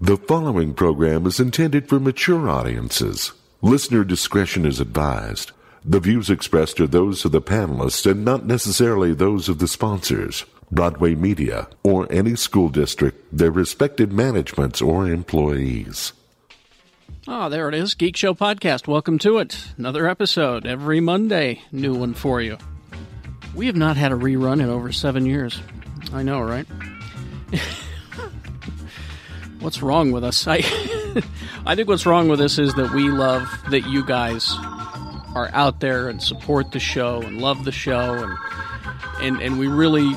The following program is intended for mature audiences. Listener discretion is advised. The views expressed are those of the panelists and not necessarily those of the sponsors, Broadway Media, or any school district, their respective managements, or employees. Ah, there it is. Geek Show Podcast. Welcome to it. Another episode every Monday. New one for you. We have not had a rerun in over seven years. I know, right? what's wrong with us? I, I think what's wrong with us is that we love that you guys are out there and support the show and love the show and and and we really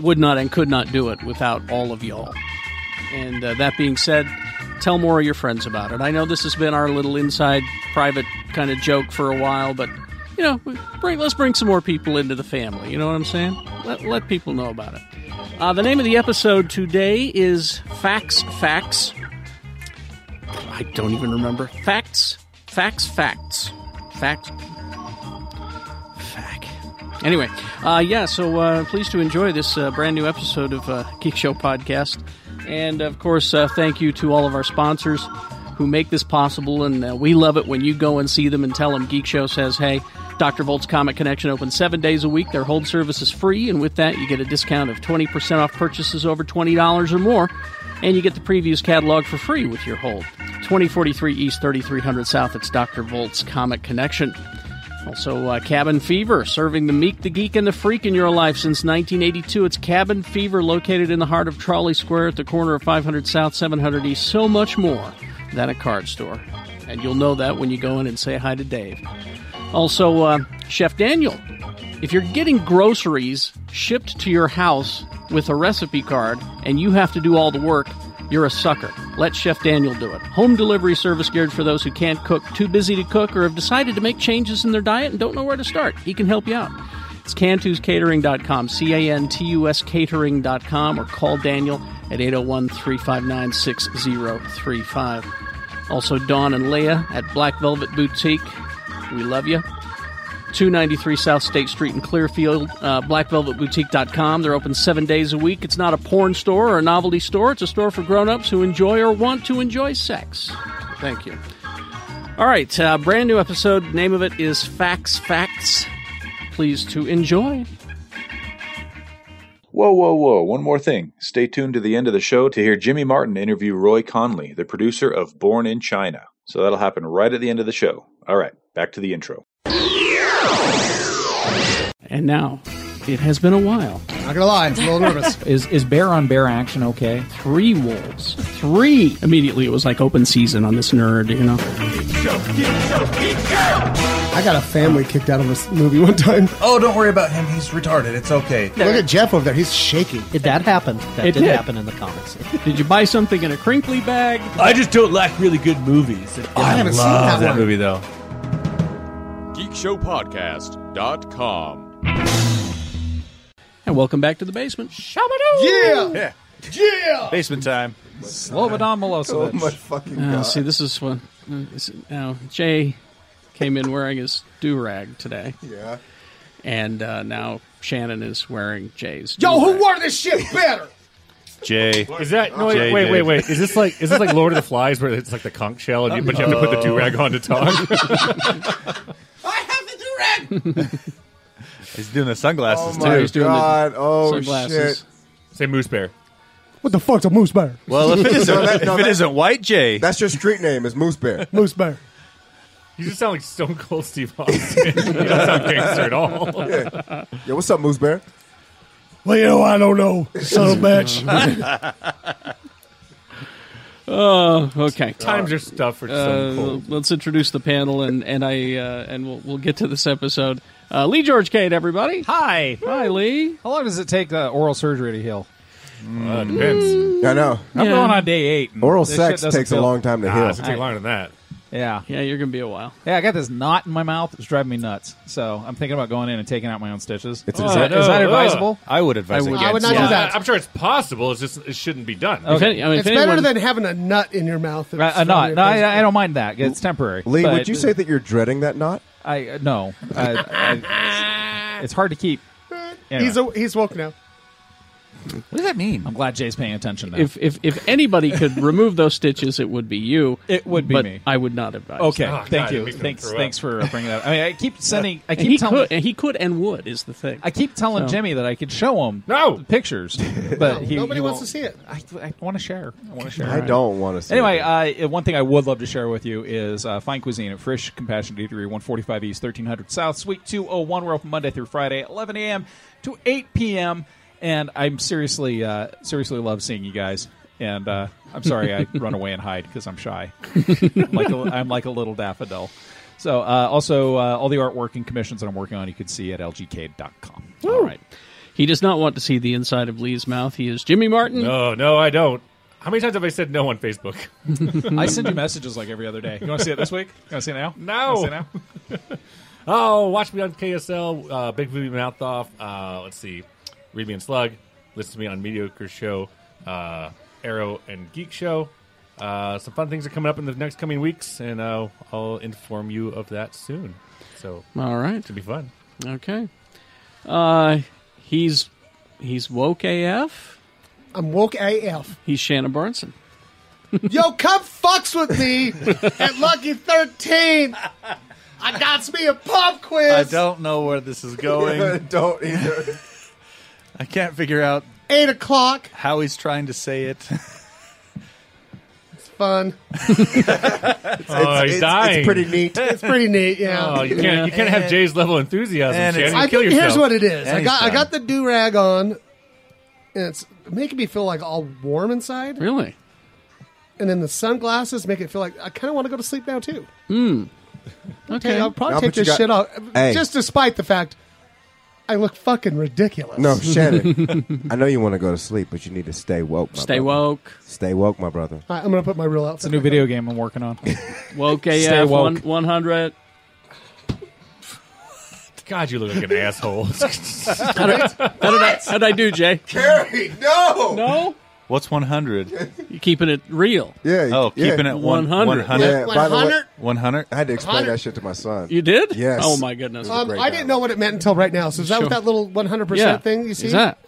would not and could not do it without all of y'all. And uh, that being said, tell more of your friends about it. I know this has been our little inside private kind of joke for a while, but you know, we- bring, let's bring some more people into the family. You know what I'm saying? Let, let people know about it. Uh, the name of the episode today is Facts, Facts. I don't even remember. Facts, Facts, Facts. Facts. Fact. Anyway, uh, yeah, so uh, pleased to enjoy this uh, brand new episode of uh, Geek Show Podcast. And of course, uh, thank you to all of our sponsors who make this possible. And uh, we love it when you go and see them and tell them Geek Show says, hey, Dr. Volt's Comic Connection opens seven days a week. Their hold service is free. And with that, you get a discount of 20% off purchases over $20 or more. And you get the previews catalog for free with your hold. 2043 East, 3300 South. It's Dr. Volt's Comic Connection. Also, uh, Cabin Fever, serving the meek, the geek, and the freak in your life since 1982. It's Cabin Fever, located in the heart of Trolley Square at the corner of 500 South, 700 East. So much more than a card store. And you'll know that when you go in and say hi to Dave. Also, uh, Chef Daniel. If you're getting groceries shipped to your house with a recipe card and you have to do all the work, you're a sucker. Let Chef Daniel do it. Home delivery service geared for those who can't cook, too busy to cook, or have decided to make changes in their diet and don't know where to start. He can help you out. It's cantuscatering.com, C A N T U S catering.com, or call Daniel at 801 359 6035. Also, Dawn and Leah at Black Velvet Boutique. We love you. 293 South State Street in Clearfield, uh, blackvelvetboutique.com. They're open seven days a week. It's not a porn store or a novelty store, it's a store for grown ups who enjoy or want to enjoy sex. Thank you. All right, uh, brand new episode. Name of it is Facts Facts. Please to enjoy. Whoa, whoa, whoa. One more thing. Stay tuned to the end of the show to hear Jimmy Martin interview Roy Conley, the producer of Born in China. So that'll happen right at the end of the show. All right, back to the intro. And now, it has been a while. Not gonna lie, I'm a little nervous. Is is bear on bear action okay? Three wolves. Three. Immediately, it was like open season on this nerd, you know? I got a family kicked out of this movie one time. Oh, don't worry about him. He's retarded. It's okay. Look at Jeff over there; he's shaking. It, that happened. That It did, did. happen in the comics. Did you buy something in a crinkly bag? I just don't like really good movies. I haven't seen that one. movie though. geekshowpodcast.com. And welcome back to the basement. Yeah, Basement time. Oh Slobodan Milosevic. my fucking Uh, god! see, this is when this, now Jay came in wearing his do rag today, yeah, and uh, now Shannon is wearing Jay's. yo, who do-rag. wore this shit better? Jay. Is that no? Wait, Jay wait, did. wait, wait. Is this like is this like Lord of the Flies where it's like the conch shell, and you, but you have to put the do rag on to talk? I have the durag. He's doing the sunglasses oh my too. He's doing the god! Oh sunglasses? shit! Say moose bear. What the fuck's a moose bear? Well, if it isn't, No, that- no, if it that- isn't white, Jay. That's your street name is Moose Bear. Moose bear. You just sound like Stone Cold Steve Austin. you don't sound gangster at all. Yo, what's up, Moose Bear? Well, you know, I don't know, son of a bitch. Oh, okay. Times are stuff for Uh, Stone Cold. let's introduce the panel, and and I uh, and we'll we'll get to this episode. Uh, Lee George Cade, everybody. Hi. Hi, Lee. How long does it take uh, oral surgery to heal? Uh, depends. I know. I'm Yeah. going on day eight. and Oral this shit sex doesn't takes a feel- long time to Nah, it's heal. gonna take longer than that. Yeah. Yeah, you're gonna be a while. Yeah. I got this knot in my mouth. It's driving me nuts. So I'm thinking about going in and taking out my own stitches. It's is, insane. that, is that Oh, advisable? I would advise I would. against I would not do Yeah, that. I- I'm sure it's possible. It's just it shouldn't be done. If any- I mean, It's if better anyone- than having a nut in your mouth. Right, Uh, a knot. No, I, I don't mind that. It's temporary. Lee, But would you say that you're dreading that knot? I uh, no. I, I, it's hard to keep. Anyway. He's a, he's woke now. What does that mean? I'm glad Jay's paying attention now. If, if if anybody could remove those stitches, it would be you. It would be but me. I would not advise. okay, Oh, thank God, you. we could've Thanks, threw up. thanks for uh, bringing that. up. I mean, I keep sending. I And he keep telling. could, and he could, and would is the thing. I keep telling So- Jimmy that I could show him No. the pictures, but he, Nobody he won't. wants to see it. I, I want to share. I want to share. I don't want to see. Anyway, it. uh, one thing I would love to share with you is uh, fine cuisine at Frisch Compassion Eatery, 145 East, 1300 South, Suite 201. We're open Monday through Friday, 11 a.m. to 8 p.m. And I'm seriously, uh, seriously love seeing you guys. And uh, I'm sorry I run away and hide because I'm shy. I'm like a, I'm like a little daffodil. So, uh, also, uh, all the artwork and commissions that I'm working on, you can see at lgk.com. All right. He does not want to see the inside of Lee's mouth. He is Jimmy Martin. No, Oh, no, I don't. How many times have I said no on Facebook? I send you messages like every other day. You want to see it this week? You want to see it now? No. You wanna see it now? Oh, watch me on KSL, uh, Big Movie Mouth Off. Uh, let's see, Read Me and Slug. Listen to me on Mediocre Show, uh, Arrow and Geek Show. Uh, some fun things are coming up in the next coming weeks, and uh, I'll inform you of that soon. So All right. it'll be fun. Okay. Uh, he's he's woke AF. I'm woke AF. He's Shannon Barneson. Yo, come fucks with me at Lucky 13. I got me a pop quiz. I don't know where this is going. don't either. I can't figure out Eight o'clock. how he's trying to say it. It's fun. oh, he's it's, dying. It's pretty neat. It's pretty neat. Yeah. Oh, you can't, you can't have Jay's level of enthusiasm, And Shannon. it's- You I kill think yourself. here's what it is. I And got he's I got the do rag on, and it's making me feel like all warm inside. Really? And then the sunglasses make it feel like I kind of want to go to sleep now too. Okay. Okay, I'll probably No, take but you this got- shit off, Hey. just despite the fact I look fucking ridiculous. No, Shannon. I know you want to go to sleep, but you need to stay woke. My Stay brother. woke. Stay woke, my brother. All right, I'm gonna put my real outfit. It's a new video game I'm working on. Woke AF. woke. One, 100. God, you look like an asshole. How did, I, how did I do, Jay? Gary, no. No? What's 100? You're keeping it real. Yeah. Oh, yeah. keeping it one, 100. 100. Yeah. By the way, 100? I had to explain that shit to my son. You did? Yes. Oh, my goodness. Um, Great I guy. didn't know what it meant until right now. So is that Sure. what that little 100 yeah. percent thing you see? Is that?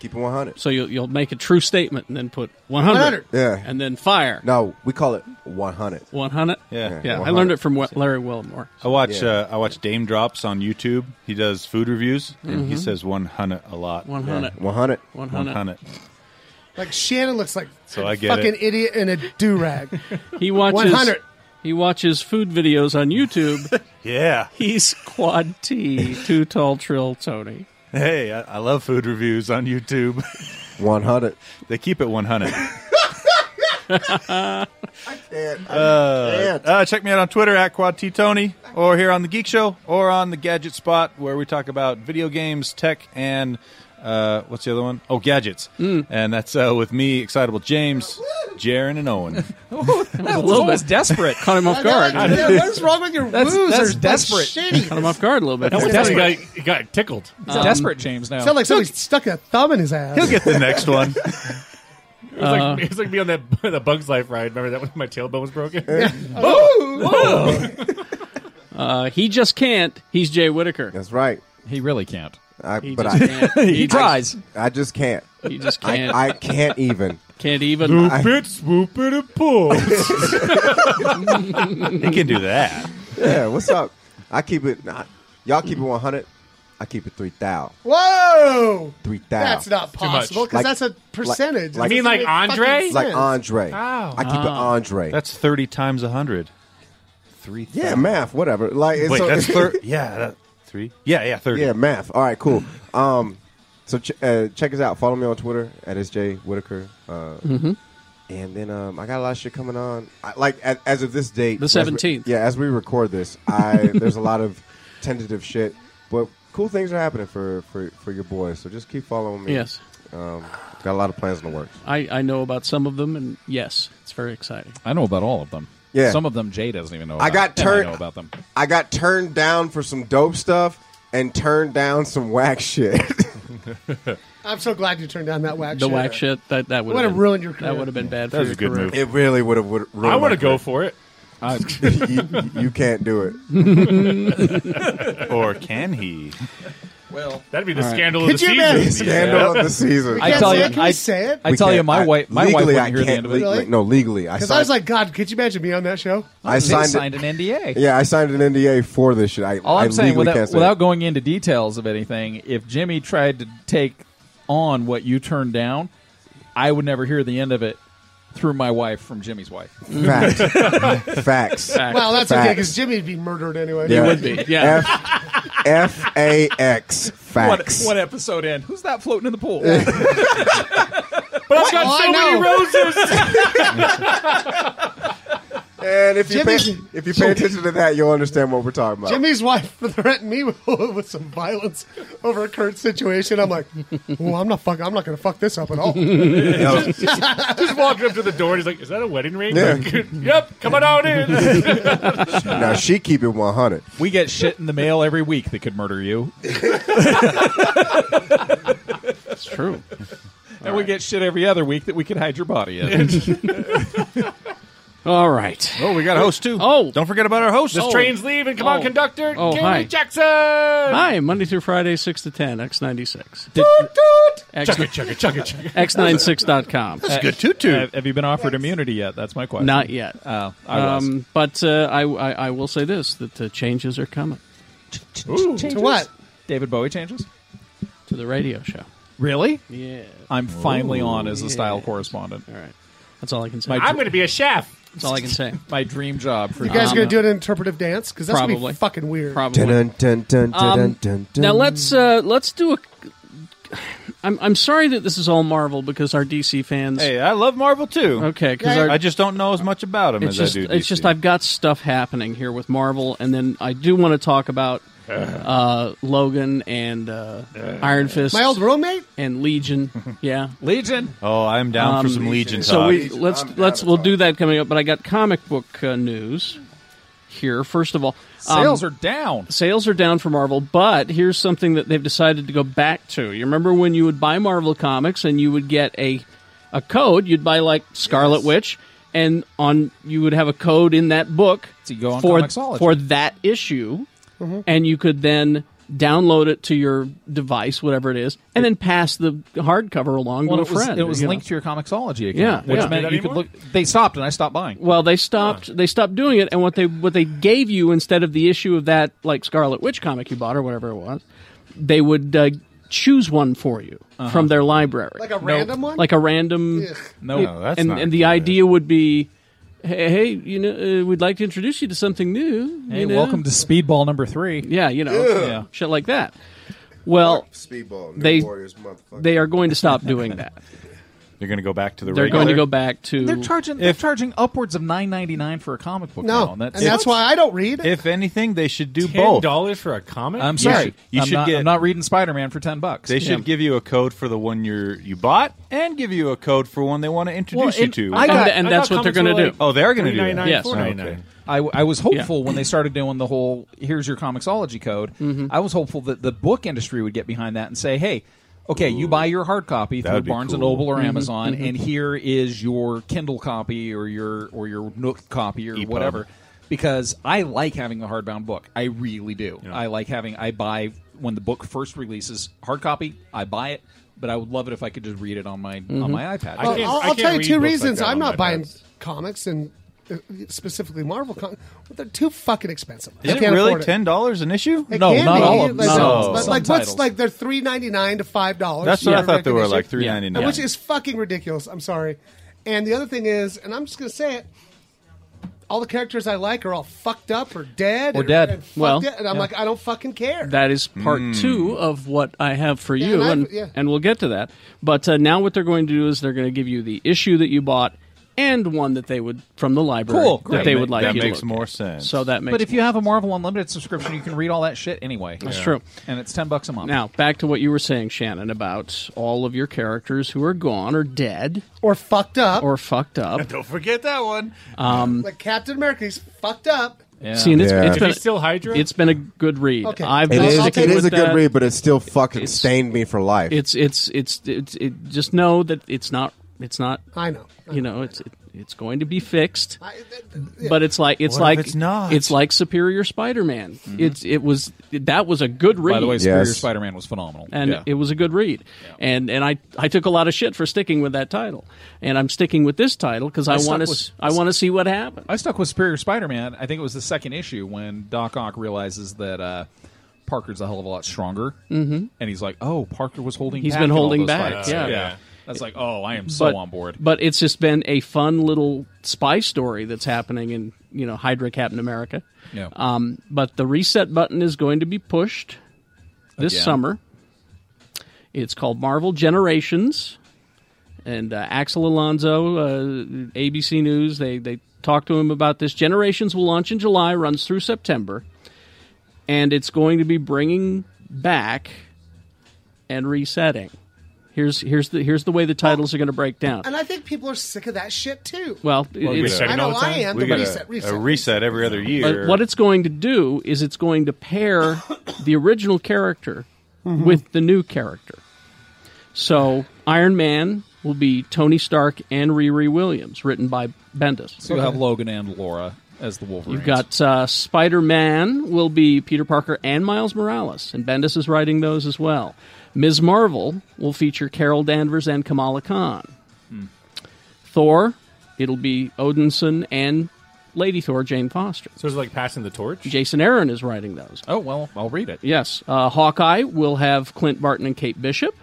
Keep it one hundred. So you'll, you'll make a true statement and then put 100. 100. Yeah. And then fire. No, we call it one hundred. 100? Yeah. Yeah, I 100. learned it from Wa- Larry Wilmore. I watch Yeah. uh, I watch Dame Drops on YouTube. He does food reviews, and Mm-hmm. he says 100 a lot. 100. One hundred. 100. 100. Like Shannon looks like So a I get fucking it. idiot in a do rag. He watches 100. He watches food videos on YouTube. Yeah. He's quad T, too tall, trill Tony. Hey, I, I love food reviews on YouTube. One hundred. they keep it 100. Yeah. Uh, check me out on Twitter at Quad T Tony, or here on the Geek Show, or on the Gadget Spot, where we talk about video games, tech, and uh, what's the other one? Oh, gadgets. Mm. And that's uh, with me, Excitable James, Jaren, and Owen. That was almost desperate. Caught him off guard. Caught Yeah, what is wrong with your That's- woos? that's They're- desperate. That's shitty. him off guard a little bit. That's he got, he got tickled. It's desperate, James. Now Sound like somebody stuck a thumb in his ass. He'll get the next one. It was, Uh-huh. like, it was like me on that the Bugs Life ride. Remember that when my tailbone was broken? Uh, he just can't. He's Jay Whitaker. That's right. he really can't. I, He but just I, can't. He, tries. I just can't. he just can't. I, I can't even. can't even. I- Bit swoop it and pull. he can do that. Yeah. What's up? I keep it. Not, y'all keep it one hundred. I keep it three thousand. Whoa! Three thousand. That's not much. possible Like- because that's a percentage. like- That You mean doesn't like make Andre? fucking like sense. Andre. Oh. I keep it Andre. That's 30 times 100. Three. yeah, math, whatever. Like it's Wait, so, that's 30. Yeah, that, three. Yeah, yeah, 30. yeah, math. All right, cool. Um, so ch- uh, check us out. Follow me on Twitter at SJ Whitaker. Uh, And then um, I got a lot of shit coming on. I, like a- as of this date, The as we- 17th. yeah, as we record this, I there's a lot of tentative shit, but cool things are happening for for for your boys. So just keep following me. Yes. um, got a lot of plans in the works. I, I know about some of them, and yes, it's very exciting. I know about all of them. Yeah. some of them Jay doesn't even know. I About. got And turned. I know about them. I got turned down for some dope stuff and turned down some whack shit. I'm so glad you turned down that whack The shit. whack shit that that would Would've been- ruined your career. That would have been bad. That for was your a good career. move. it really would have. Would I want to go for it. you, you can't do it. Or can he? Well, That'd be the scandal of Could the you season. imagine- Scandal of the season. I tell tell you, you, can I- we say it? I We tell you, can't- my I- wife, my wife legally, wouldn't I hear the can't end of le- it. Really? like, no, legally, I Because signed, I was like, God, could you imagine being on that show? I signed, it- signed an NDA. yeah, I signed an NDA for this shit. I, All I I'm saying, legally can't without, say it. without going into details of anything, if Jimmy tried to take on what you turned down, I would never hear the end of it through my wife from Jimmy's wife. Fact. Facts. Well, that's okay Facts. because Jimmy'd be murdered anyway. Yeah. would be, yeah. F- F A X facts. One, one episode in, who's that floating in the pool? But I've got Oh, I so many know. roses. and if you pay, Jimmy's- if you pay attention to that, you'll understand what we're talking about. Jimmy's wife threatened me with some violence over a current situation. I'm like, well, I'm not fuck, I'm not going to fuck this up at all. Just walking up to the door. And he's like, "Is that a wedding ring?" Yeah. yep. Come on out in. now she keep it one hundred. we get shit in the mail every week that could murder you, That's true. and we get shit every other week that we could hide your body in. All right. oh, we got a host too. Oh. don't forget about our host. This train's leaving. Come on, Oh. conductor. Oh, Gary hi. Jackson. Hi, Monday through Friday, 6 to 10, X96. X, Chugga chugga chugga. X96.com. good tutu. Have, have you been offered immunity yet? That's my question. Uh, Not yet. Oh, I was. Um, but uh, I, I, I will say this that uh, changes are coming to what? David Bowie changes. to the radio show. Really? Yeah. I'm finally on as a style correspondent. Oh, All right. That's all I can say. I'm going to be a chef. That's all I can say. My dream job for You guys Um, going to do an interpretive dance? Because that's going to probably. be fucking weird. Probably. Dun, dun, dun, dun, dun, dun, dun, dun. Now let's uh, let's do a. I'm I'm sorry that this is all Marvel because our DC fans. Hey, I love Marvel too. okay, because I just don't know as much about him it's as just I do. it's DC. just I've got stuff happening here with Marvel, and then I do want to talk about uh, Logan and uh, Iron Fist, My old roommate? and Legion. Yeah, Legion. Oh, I'm down for Um, some Legion so talk. we let's let's we'll do that coming up. But I got comic book uh, news here. First of all, Um, Sales are down. sales are down for Marvel, but here's something that they've decided to go back to. You remember when you would buy Marvel comics and you would get a a code, you'd buy like Scarlet Witch and on you would have a code in that book So you go on for Comixology. Mm-hmm. for that issue and you could then download it to your device whatever it is and then pass the hardcover along Well, to a it was, friend it was you know. linked to your Comixology account, Yeah, which yeah. meant Don't you do that could anymore? look. They stopped, and I stopped buying. Well, they stopped. They stopped doing it, and what they what they gave you instead of the issue of that like Scarlet Witch comic you bought or whatever it was, they would uh, choose one for you Uh-huh. from their library, Like a random one? like a random. no, it- and and the idea would be, hey, hey you know, uh, we'd like to introduce you to something new. hey, you know? welcome to Speedball number three. Yeah, you know, shit like that. Well, Speedball. They- They, Warriors, motherfucker. they are going to stop doing that. You're going to go back to the. They're regular? going to go back to. They're charging. they're charging upwards of nine ninety nine for a comic book. No. now, And that's, why I don't read. If anything, they should do Ten both. dollars for a comic? I'm sorry. should- you I'm should not, get- I'm not reading Spider Man for ten bucks. They should give you a code for the one you're you bought, and give you a code for one they want to introduce Well, you and to. I and, got- and I that's thought what they're going comics to were do. like- oh, they're going to do that. $3.99, Yes. $4.99. Okay. I, I was hopeful when they started doing the whole here's your comicsology code. I was hopeful that the book industry would get behind that and say, hey, okay, you buy your hard copy through That'd be Barnes and cool. Noble or Amazon, and here is your Kindle copy or your or your Nook copy or EPUB. whatever. Because I like having the hardbound book. I really do. I like having I buy when the book first releases hard copy, I buy it. But I would love it if I could just read it on my on my iPad. I can't- I'll, I I'll tell you read two books like reasons that I'm on not my buying iPads. comics and uh, specifically Marvel comics. They're too fucking expensive. Is I it can't really afford it. ten dollars an issue? It No, can not be. all of them. Like, Some- but, some like titles. what's like they're three ninety nine to five dollars. That's what I thought they were like three ninety $3.99. nine. which is fucking ridiculous. I'm sorry. And the other thing is, and I'm just gonna say it. All the characters I like are all fucked up or dead Or dead. And fucked Well, it. and I'm like, I don't fucking care. That is part two of what I have for Yeah, you, and I've- and, yeah. and we'll get to that. But uh, now, what they're going to do is they're going to give you the issue that you bought and one that they would from the library Cool, great. that they That would ma- like that you makes to look more at. sense. So that makes but if you have a Marvel Unlimited subscription, you can read all that shit anyway. That's true. And it's ten bucks a month. now back to what you were saying, Shannon, about all of your characters who are gone or dead or fucked up. or fucked up. Don't forget that one. like Captain America, he's fucked up. Yeah. See, and it's, Yeah. it's Is Is he been still Hydra? it's been a good read. Okay. I've It been is. sticking It is with a good that. read, but it still fucking It's- stained me for life. It's it's it's it's it, just know that it's not it's not I know. you know it's it, It's going to be fixed. I, th- th- yeah. But it's like it's What like if it's not? like Superior Spider-Man. It's it was that was a good read. By the way, Superior Yes. Spider-Man was phenomenal. and Yeah. it was a good read. And and I I took a lot of shit for sticking with that title, and I'm sticking with this title because I stuck want with- to I want to see what happens. I stuck with Superior Spider-Man. I think it was the second issue when Doc Ock realizes that uh, Parker's a hell of a lot stronger, mm-hmm. and he's like, "Oh, Parker was holding. He's back been in all holding those back, fights." yeah. Yeah. That's like, oh, I am so on board. But Mm-hmm. it's just been a fun little spy story that's happening in you know Hydra Captain America. Yeah. Um, but the reset button is going to be pushed this Again. summer. It's called Marvel Generations, and uh, Axel Alonso, uh, ABC News, they they talked to him about this. Generations will launch in July, runs through September, and it's going to be bringing back and resetting. Here's here's the here's the way the titles are going to break down. and I think people are sick of that shit too. Well, we it's, gotta- I All know the I time? am. We The got reset, reset. a reset every other year. but Uh, what it's going to do is it's going to pair the original character with the new character. So Iron Man will be Tony Stark and Riri Williams, written by Bendis. So you have Logan and Laura as the Wolverine. You've got uh, Spider Man will be Peter Parker and Miles Morales, and Bendis is writing those as well. Ms. Marvel will feature Carol Danvers and Kamala Khan. Thor, it'll be Odinson and Lady Thor, Jane Foster. So it's like passing the torch. Jason Aaron is writing those. Oh well, I'll read it. Yes, uh, Hawkeye will have Clint Barton and Kate Bishop.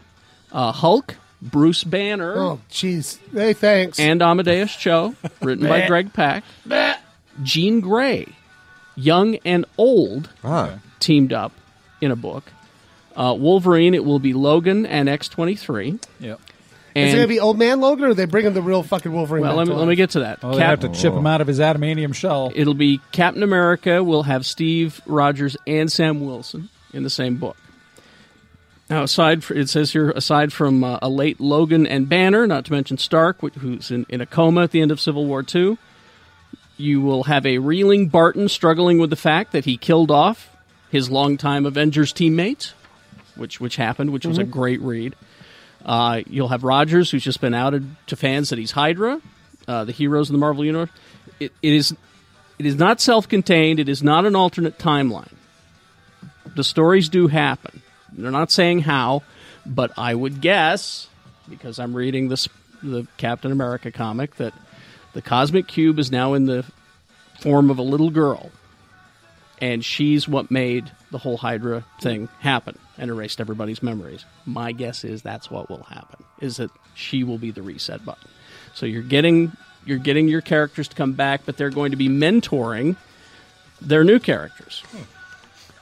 Uh, Hulk, Bruce Banner, Oh, jeez. Hey, thanks. and Amadeus Cho, written by Greg Pak. Jean Grey, young and old, Ah. teamed up in a book. Uh, Wolverine, it will be Logan and X23. Yeah. is it gonna And, be Old Man Logan, or are they bringing the real fucking Wolverine? well, back let me, to let me get to that. Oh, they Cap- have to chip him out of his adamantium shell. It'll be Captain America. We'll have Steve Rogers and Sam Wilson in the same book. Now, aside fr it says here, aside from uh, a late Logan and Banner, not to mention Stark, wh- who's in, in a coma at the end of Civil War II, you will have a reeling Barton struggling with the fact that he killed off his longtime Avengers teammate, which which happened, which was a great read. Uh, you'll have Rogers, who's just been outed to fans that he's Hydra, uh, the heroes of the Marvel universe. It, it is it is not self-contained. It is not an alternate timeline. The stories do happen. They're not saying how, but I would guess because I'm reading this the Captain America comic that the cosmic cube is now in the form of a little girl, and she's what made the whole Hydra thing happen and erased everybody's memories. My guess is that's what will happen: is that she will be the reset button. So you're getting you're getting your characters to come back, but they're going to be mentoring their new characters.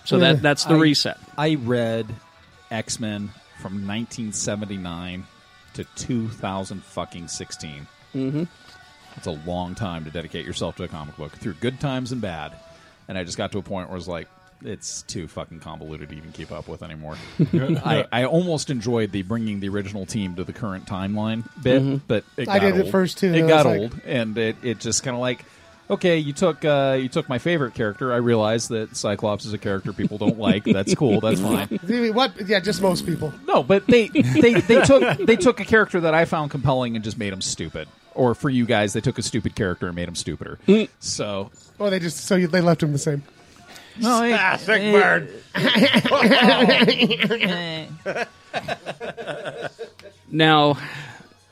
So that that's the I- reset. I read X Men from 1979 to 2000 fucking 16. Mm-hmm. It's a long time to dedicate yourself to a comic book through good times and bad. And I just got to a point where I was like, it's too fucking convoluted to even keep up with anymore. I, I almost enjoyed the bringing the original team to the current timeline bit, but it got Mm-hmm. I did it old. first, too, and It I got was like- old, and it, it just kind of like, okay, you took uh, you took my favorite character. I realized that Cyclops is a character people don't like. That's cool. That's fine. Maybe What? Yeah, just most people. No, but they, they, they took they took a character that I found compelling and just made him stupid. Or for you guys, they took a stupid character and made him stupider. So Or they just so you, they left him the same. no, it- it- Now,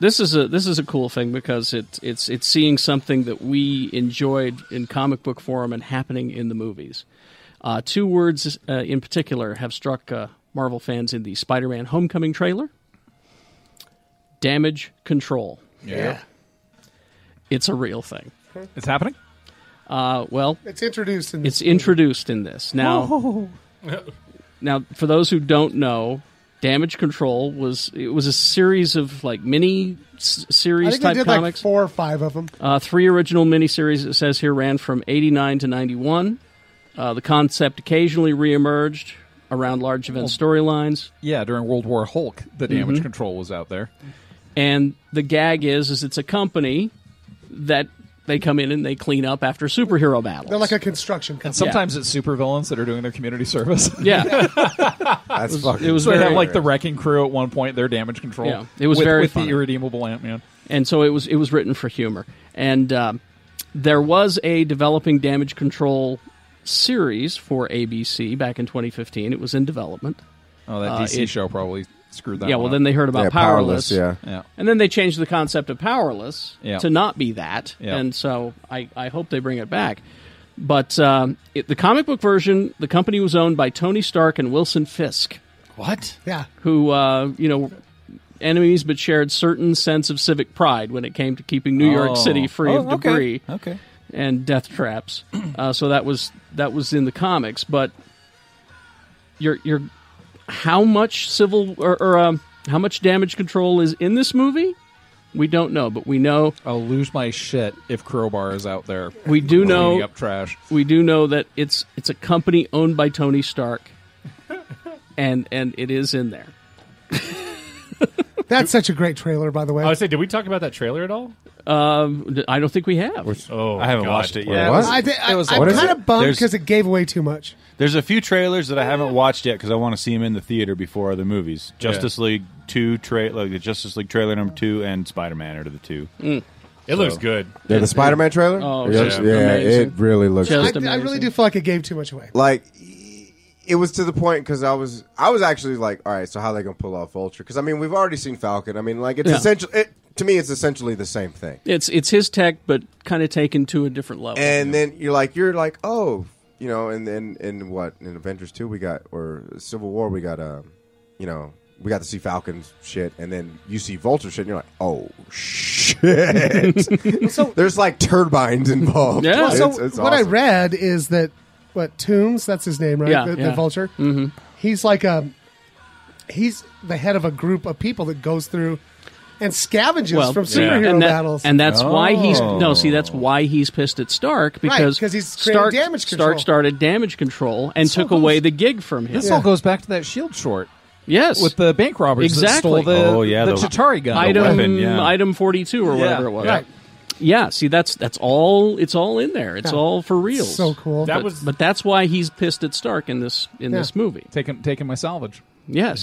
this is a this is a cool thing because it it's it's seeing something that we enjoyed in comic book form and happening in the movies. Uh, two words uh, in particular have struck uh, Marvel fans in the Spider-Man Homecoming trailer: damage control. yeah. It's a real thing. it's happening. Uh, well, It's introduced in it's introduced in this now. Oh. Now, for those who don't know, Damage Control was it was a series of like mini s- I series think they type did comics. like four or five of them. Uh, three original miniseries, it says here, ran from 89 to 91. Uh, the concept occasionally reemerged around large Oh. event storylines. Yeah, during World War Hulk, the Mm-hmm. damage control was out there. And the gag is, is it's a company that They come in and they clean up after superhero They're battles. like a construction company. Sometimes it's supervillains that are doing their community service. yeah, That's fucking. it was So they very have like the wrecking crew at one point. Their damage control. Yeah, it was with, very with the funny. irredeemable Ant Man. and so it was it was written for humor and um, there was a developing damage control series for abc back in 2015 it was in development Oh, that Uh, DC it- show probably screwed that. yeah one well up. then they heard about Yeah, powerless, Powerless, yeah. Yeah. and then they changed the concept of powerless Yeah. to not be that Yeah. and so I, I hope they bring it back but um, it, the comic book version the company was owned by tony stark and wilson fisk What? yeah. who uh, you know enemies but shared certain sense of civic pride when it came to keeping new york Oh. city free Oh, of okay. debris Okay. and death traps. uh, so that was that was in the comics, but your your how much civil or, or um, how much damage control is in this movie? We don't know, but we know I'll lose my shit if Crowbar is out there. we do cleaning know up trash. we do know that it's it's a company owned by Tony Stark, and and it is in there. That's such a great trailer, by the way. I would say, did we talk about that trailer at all? Um, I don't think we have. Oh, I haven't God. watched it yet. What? I thi- I, It was- I'm What is kind it? of bummed There's- because it gave away too much. There's a few trailers that I haven't watched yet because I want to see them in the theater before other movies. Justice League two trailer, like the Justice League trailer number two, and Spider Man are the two. Mm-hmm. It looks good. Yeah, the Spider Man trailer. Oh, yeah, yeah. yeah, Amazing. it really looks. Just- good. I, That's I amazing. really do feel like it gave too much away. like it was to the point because I was I was actually like, all right, so how they gonna pull off Vulture? Because I mean, we've already seen Falcon. I mean, like it's Yeah. essential. It, to me, it's essentially the same thing. It's it's his tech, but kind of taken to a different level. And then you're like, you're like, oh, you know, and then in what in Avengers two we got or Civil War we got um, you know, we got to see Falcon's shit, and then you see Vulture shit, and you're like, oh shit. There's like turbines involved. Yeah. Well, So It's- it's what I awesome. read is that what Tombs, that's his name, right? Yeah, the, yeah. the vulture. Mm-hmm. He's like a he's the head of a group of people that goes through and scavenges from superhero and that- battles. and that's why he's Oh. no. See, that's why he's pissed at Stark because 'cause he's creating Stark damage Stark control. started damage control and took all away goes- the gig from him. This all goes back to that Shield short yes, with the bank robbers that Exactly. stole the Oh, yeah, the, the- Chitari gun. item weapon, yeah. item forty two or whatever it was. Right. Yeah, see, that's that's all. It's all in there. It's Yeah. all for real. So cool. That But, was- but that's why he's pissed at Stark in this in Yeah. this movie. Taking taking my salvage. Yes,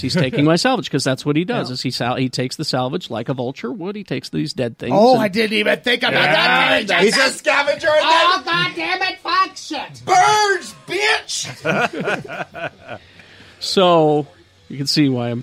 he's taking my salvage because that's what he does. Is he sal- he takes the salvage like a vulture would. He takes these dead things. oh, and- I didn't even think about that. Damn it, He's a scavenger. And Oh, God damn it, Fox shit. birds, bitch. So you can see why I'm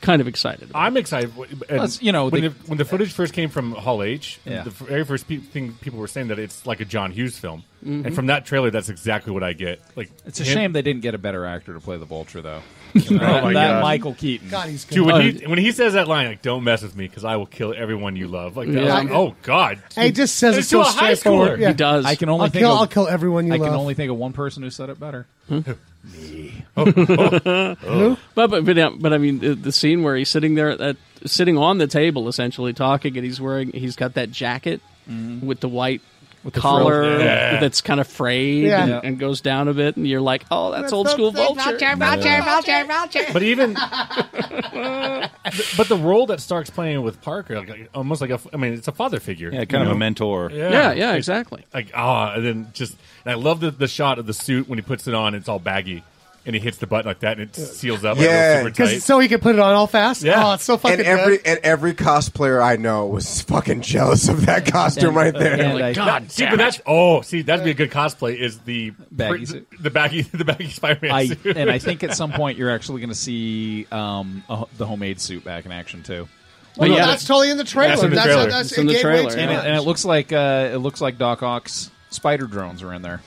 kind of excited. About I'm excited. w- and Plus, you know, when, the- the, when the footage first came from Hall H, Yeah. the very first pe- thing people were saying that it's like a John Hughes film, and from that trailer, that's exactly what I get. Like, Mm-hmm. It's a him- shame they didn't get a better actor to play the Vulture though. You know, that, my that God. Michael Keaton. God, he's good. Dude, when Oh, he when he says that line, like "Don't mess with me, because I will kill everyone you love," like, that, Yeah. like, oh god, He just says It's it so to a high straightforward. schooler. it. He does. I can only I'll think kill, of, I'll kill everyone you I love. can only think of one person who said it better. But but but, uh, but I mean the, the scene where he's sitting there at sitting on the table essentially talking and he's wearing he's got that jacket with the white the collar frill. Yeah. that's kind of frayed Yeah. and, Yeah. and goes down a bit and you're like oh that's, old school vulture. But even, but the role that Stark's playing with Parker, like, like, almost like a, I mean, it's a father figure. Yeah, you kind of a know? mentor. yeah yeah exactly Like ah, and then just, and I love the, the shot of the suit when he puts it on. It's all baggy, and he hits the button like that, and it seals up. Yeah, like, real super 'Cause- tight. so he can put it on all fast. Yeah. Oh, it's so fucking and every good. and every cosplayer I know was fucking jealous of that costume right there. And I- God See, but that's oh, see, that'd be a good cosplay. Is the Baggy suit. the baggy, the baggy Spider-Man I suit. and I think at some point you're actually going to see um, a, the homemade suit back in action too. Well, But no, yeah. that's totally in the trailer. That's in the that's trailer. that's It's in the it gave way trailer, too yeah. And, it, much. and it looks like uh, it looks like Doc Ock's spider drones are in there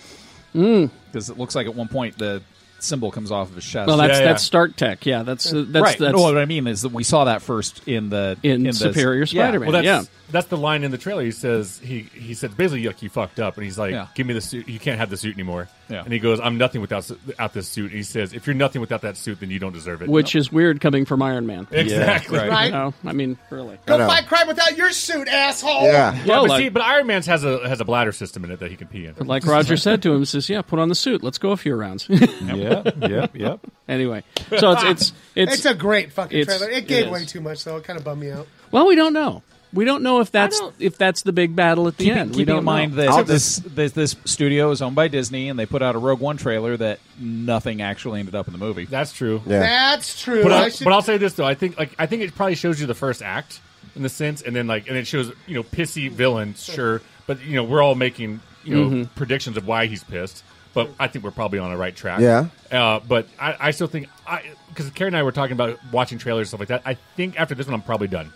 Hmm. because it looks like at one point the symbol comes off of his chest. well that's Yeah, yeah. that's Stark Tech yeah that's uh, that's right. that's no, what I mean is that we saw that first in the In the- Superior yeah. Spider-Man. Well, that's Yeah. that's the line in the trailer. He says he he said basically, "Yuck, you fucked up," and he's like, Yeah. "Give me the suit. You can't have the suit anymore." Yeah. And he goes, "I'm nothing without s- without this suit." And he says, "If you're nothing without that suit, then you don't deserve it." which is weird coming from Iron Man. exactly. right. You right? know? I mean really. Go know. fight crime without your suit, asshole. Yeah. Yeah, Well, but, like- see, but Iron Man's has a has a bladder system in it that he can pee in. Like Roger said to him, he says, "Yeah, put on the suit. Let's go a few rounds." yeah, yep, yep. anyway, so it's it's it's, It's a great fucking It's- trailer. It it gave is. way too much, though. It kind of bummed me out. well, we don't know. We don't know if that's don't- if that's the big battle at the Keeping, end. we keeping don't in mind know. that I'll this, this this studio is owned by Disney, and they put out a Rogue One trailer that nothing actually ended up in the movie. That's true. Yeah. That's true. But, I I, should, but I'll say this though, I think like I think it probably shows you the first act in the sense, and then like and it shows you know pissy villain, sure, but you know we're all making you know Mm-hmm. predictions of why he's pissed, but I think we're probably on the right track. Yeah. Uh, but I, I still think I because Karen and I were talking about watching trailers and stuff like that. I think after this one, I'm probably done.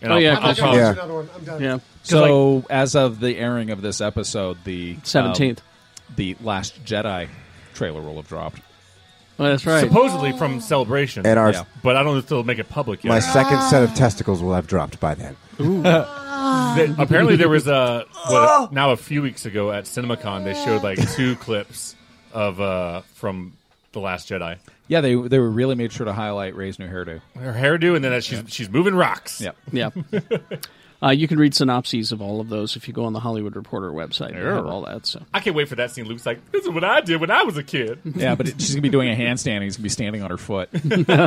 And Oh, yeah, I'll, I'll gotcha. probably, Yeah. another one. I'm done. yeah, So, as of the airing of this episode, the um, seventeenth. the Last Jedi trailer will have dropped. well, Oh, that's right. supposedly from Celebration, And our Yeah. but I don't know if they'll make it public my yet. second set of testicles will have dropped by then. They- apparently, there was a what, now a few weeks ago at CinemaCon. They showed like two clips of uh from the Last Jedi. Yeah, they they were really made sure to highlight Ray's new hairdo. Her hairdo, and then that she's she's moving rocks. Yep. yeah. Uh, you can read synopses of all of those if you go on the Hollywood Reporter website. They have Sure. all that. So I can't wait for that scene. Luke's like, "This is what I did when I was a kid." Yeah, but it, she's gonna be doing a handstand. and He's gonna be standing on her foot.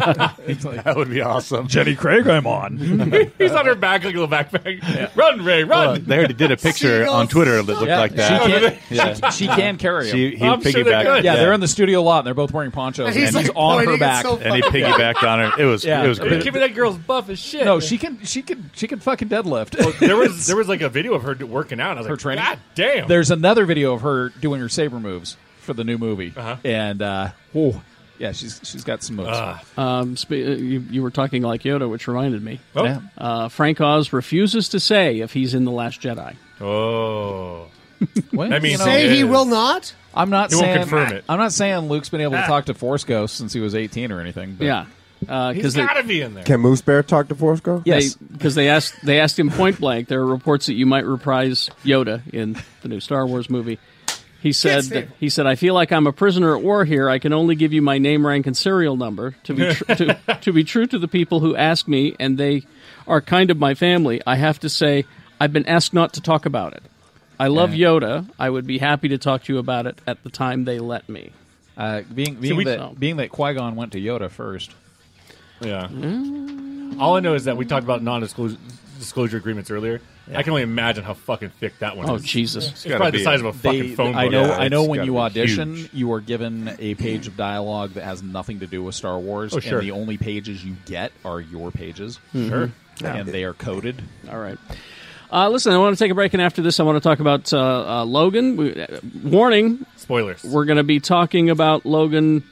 That would be awesome. Jenny Craig, I'm on. He's on her back like a little backpack. Run, Ray, run! They already did a picture on Twitter that looked like that. She can, she, she can carry him. She, he I'm sure they're piggybacked. good. yeah, they're in the studio lot, and they're both wearing ponchos, and he's, he's, like, on her pointing, back. it's so and he piggybacked on her. It was Yeah. it was But great. Give me that girl's buff as shit. no, she can, she can, she can fucking deadlift. There was there was like a video of her do- working out. And I was Her like, training? "God damn!" There's another video of her doing her saber moves for the new movie, Uh-huh. and uh, whoa, yeah, she's she's got some moves. Ah. um, spe- uh, you, you were talking like Yoda, which reminded me. oh. Yeah. Uh, Frank Oz refuses to say if he's in the Last Jedi. Oh. Well, That means- you know, Say he Yes. will not. I'm not He won't saying confirm it. Ah. I'm not saying Luke's been able to talk to Force Ghost since he was 18 or anything. But Yeah, Uh, because he's got to be in there. Can Moose Bear talk to Force Ghost? Yes. because they asked they asked him point blank. There are reports that you might reprise Yoda in the new Star Wars movie. He said that, he said I feel like I'm a prisoner at war here. I can only give you my name, rank, and serial number to be tr- to, to be true to the people who ask me, and they are kind of my family. I have to say I've been asked not to talk about it. I love Yeah. Yoda. I would be happy to talk to you about it at the time they let me. uh, being being we- that Oh. being that Qui Gon went to Yoda first. Yeah. All I know is that we talked about non-disclosure disclosure agreements earlier. I can only imagine how fucking thick that one Oh is. Jesus! It's probably the be- size of a fucking They- phone book. I know. I know. it's When gotta you be audition, huge. you are given a page of dialogue that has nothing to do with Star Wars, Oh, sure. and the only pages you get are your pages. Mm-hmm. Sure, and they are coded. All right. Uh, listen, I want to take a break, and after this, I want to talk about uh, uh, Logan. We, uh, warning: Spoilers. We're going to be talking about Logan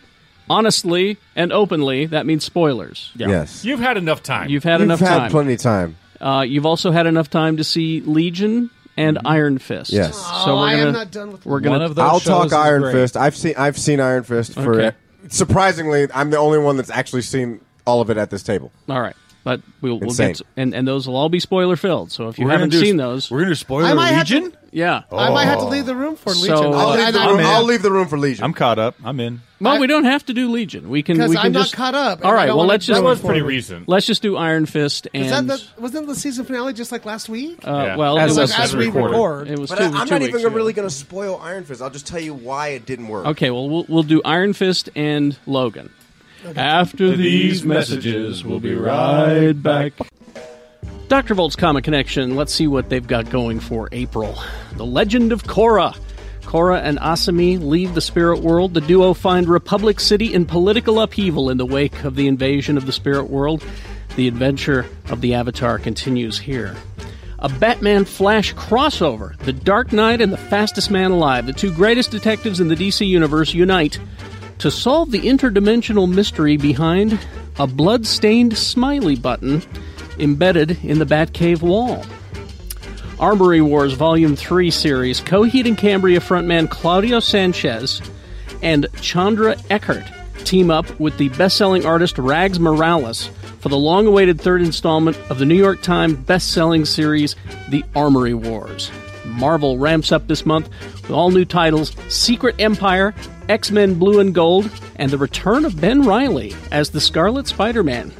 honestly and openly. That means spoilers. Yes. You've had enough time. You've had You've enough had time. plenty of time. uh, you've also had enough time to see Legion and Iron Fist. Mm-hmm. Yes. so oh, we're I gonna am not done with. we're gonna One of those I'll shows talk is Iron great. Fist. I've seen I've seen Iron Fist for Okay. surprisingly, I'm the only one that's actually seen all of it at this table. all right. But we'll, we'll Insane. get to, and and those will all be spoiler filled. So if you We're gonna haven't do- seen those, We're gonna do spoiler I might have to- Legion. yeah. Oh. I might have to leave the room for So, Legion. uh, I'll, Oh, leave and the I- room, in. I'll leave the room for Legion. I'm caught up. I'm in. well, I- we don't have to do Legion. We can. 'Cause we can I'm not just, caught up, and All I right. don't Well, wanna let's do just that it was for pretty me. recent. let's just do Iron Fist and Is that the, wasn't the season finale just like last week? Uh, Yeah. Well, As it of was, as we recorded. It was But two, I, it was I'm two not weeks even gonna- ago. really going to spoil Iron Fist. I'll just tell you why it didn't work. Okay, well, we'll we'll do Iron Fist and Logan. After these messages, we'll be right back. Dr. Volt's Comic Connection, let's see what they've got going for April. The Legend of Korra. Korra and Asami leave the spirit world. The duo find Republic City in political upheaval in the wake of the invasion of the spirit world. The adventure of the Avatar continues here. A Batman Flash crossover. The Dark Knight and the Fastest Man Alive, the two greatest detectives in the DC universe, unite to solve the interdimensional mystery behind a blood-stained smiley button embedded in the Batcave wall. Armory Wars Volume 3 series, Coheed and Cambria frontman Claudio Sanchez and Chandra Eckert team up with the best-selling artist Rags Morales for the long-awaited third installment of the New York Times best-selling series The Armory Wars. Marvel ramps up this month with all new titles Secret Empire, X-Men Blue and Gold, and the return of Ben Riley as the Scarlet Spider-Man.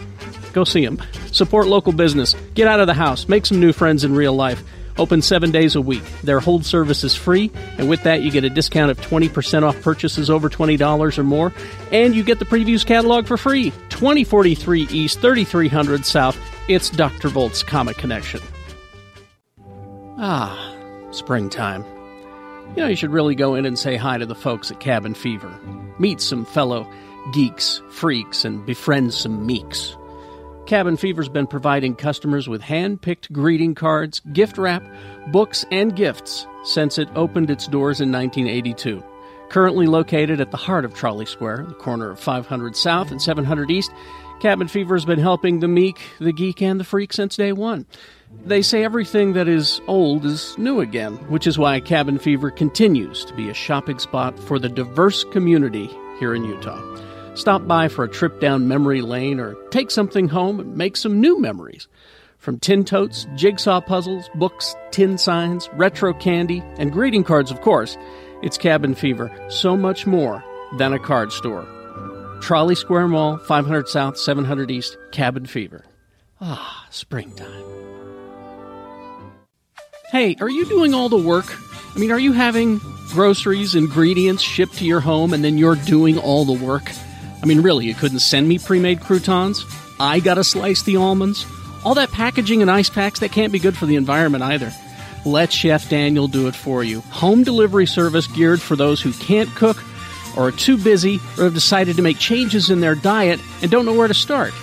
Go see them. Support local business. Get out of the house. Make some new friends in real life. Open seven days a week. Their hold service is free, and with that, you get a discount of 20% off purchases over $20 or more, and you get the previews catalog for free. 2043 East, 3300 South. It's Dr. Volt's Comic Connection. Ah, springtime. You know, you should really go in and say hi to the folks at Cabin Fever. Meet some fellow geeks, freaks, and befriend some meeks. Cabin Fever's been providing customers with hand picked greeting cards, gift wrap, books, and gifts since it opened its doors in 1982. Currently located at the heart of Trolley Square, the corner of 500 South and 700 East, Cabin Fever has been helping the meek, the geek, and the freak since day one. They say everything that is old is new again, which is why Cabin Fever continues to be a shopping spot for the diverse community here in Utah. Stop by for a trip down memory lane or take something home and make some new memories. From tin totes, jigsaw puzzles, books, tin signs, retro candy, and greeting cards, of course, it's Cabin Fever, so much more than a card store. Trolley Square Mall, 500 South, 700 East, Cabin Fever. Ah, springtime. Hey, are you doing all the work? I mean, are you having groceries, ingredients shipped to your home, and then you're doing all the work? I mean, really, you couldn't send me pre made croutons? I gotta slice the almonds? All that packaging and ice packs, that can't be good for the environment either. Let Chef Daniel do it for you. Home delivery service geared for those who can't cook, or are too busy, or have decided to make changes in their diet and don't know where to start.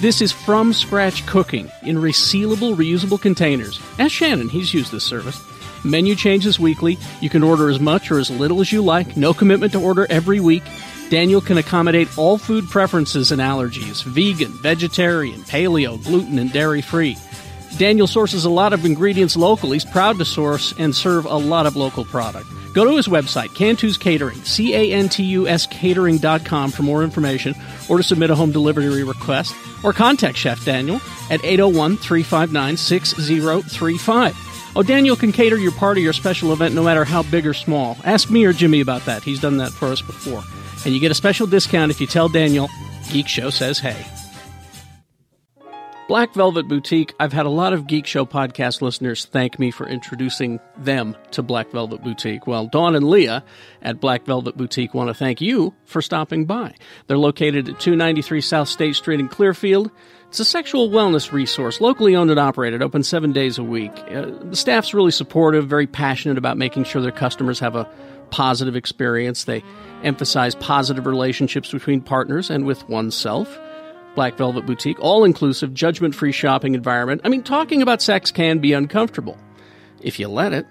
This is from scratch cooking in resealable, reusable containers. Ask Shannon, he's used this service. Menu changes weekly. You can order as much or as little as you like. No commitment to order every week. Daniel can accommodate all food preferences and allergies vegan, vegetarian, paleo, gluten, and dairy free. Daniel sources a lot of ingredients local. He's proud to source and serve a lot of local product. Go to his website, Cantus Catering, C A N T U S catering.com for more information or to submit a home delivery request or contact Chef Daniel at 801 359 6035. Oh, Daniel can cater your party or special event no matter how big or small. Ask me or Jimmy about that. He's done that for us before. And you get a special discount if you tell Daniel Geek Show says hey. Black Velvet Boutique, I've had a lot of Geek Show podcast listeners thank me for introducing them to Black Velvet Boutique. Well, Dawn and Leah at Black Velvet Boutique want to thank you for stopping by. They're located at 293 South State Street in Clearfield. It's a sexual wellness resource, locally owned and operated, open seven days a week. Uh, the staff's really supportive, very passionate about making sure their customers have a positive experience. They emphasize positive relationships between partners and with oneself. Black Velvet Boutique, all inclusive, judgment free shopping environment. I mean, talking about sex can be uncomfortable if you let it.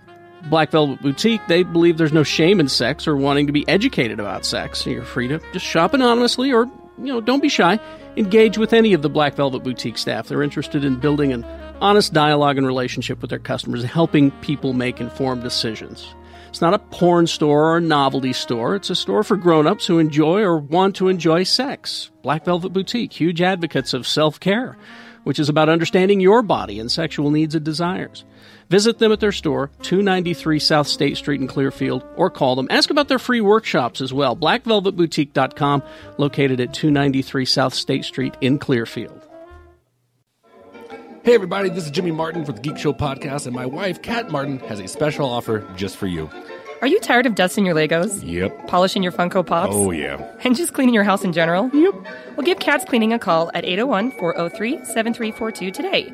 Black Velvet Boutique, they believe there's no shame in sex or wanting to be educated about sex. You're free to just shop anonymously or, you know, don't be shy. Engage with any of the Black Velvet Boutique staff. They're interested in building an honest dialogue and relationship with their customers and helping people make informed decisions. It's not a porn store or a novelty store. It's a store for grown-ups who enjoy or want to enjoy sex. Black Velvet Boutique, huge advocates of self-care, which is about understanding your body and sexual needs and desires. Visit them at their store, 293 South State Street in Clearfield, or call them. Ask about their free workshops as well. BlackVelvetBoutique.com, located at 293 South State Street in Clearfield. Hey, everybody, this is Jimmy Martin for the Geek Show Podcast, and my wife, Kat Martin, has a special offer just for you. Are you tired of dusting your Legos? Yep. Polishing your Funko Pops? Oh, yeah. And just cleaning your house in general? Yep. Well, give Cats Cleaning a call at 801 403 7342 today.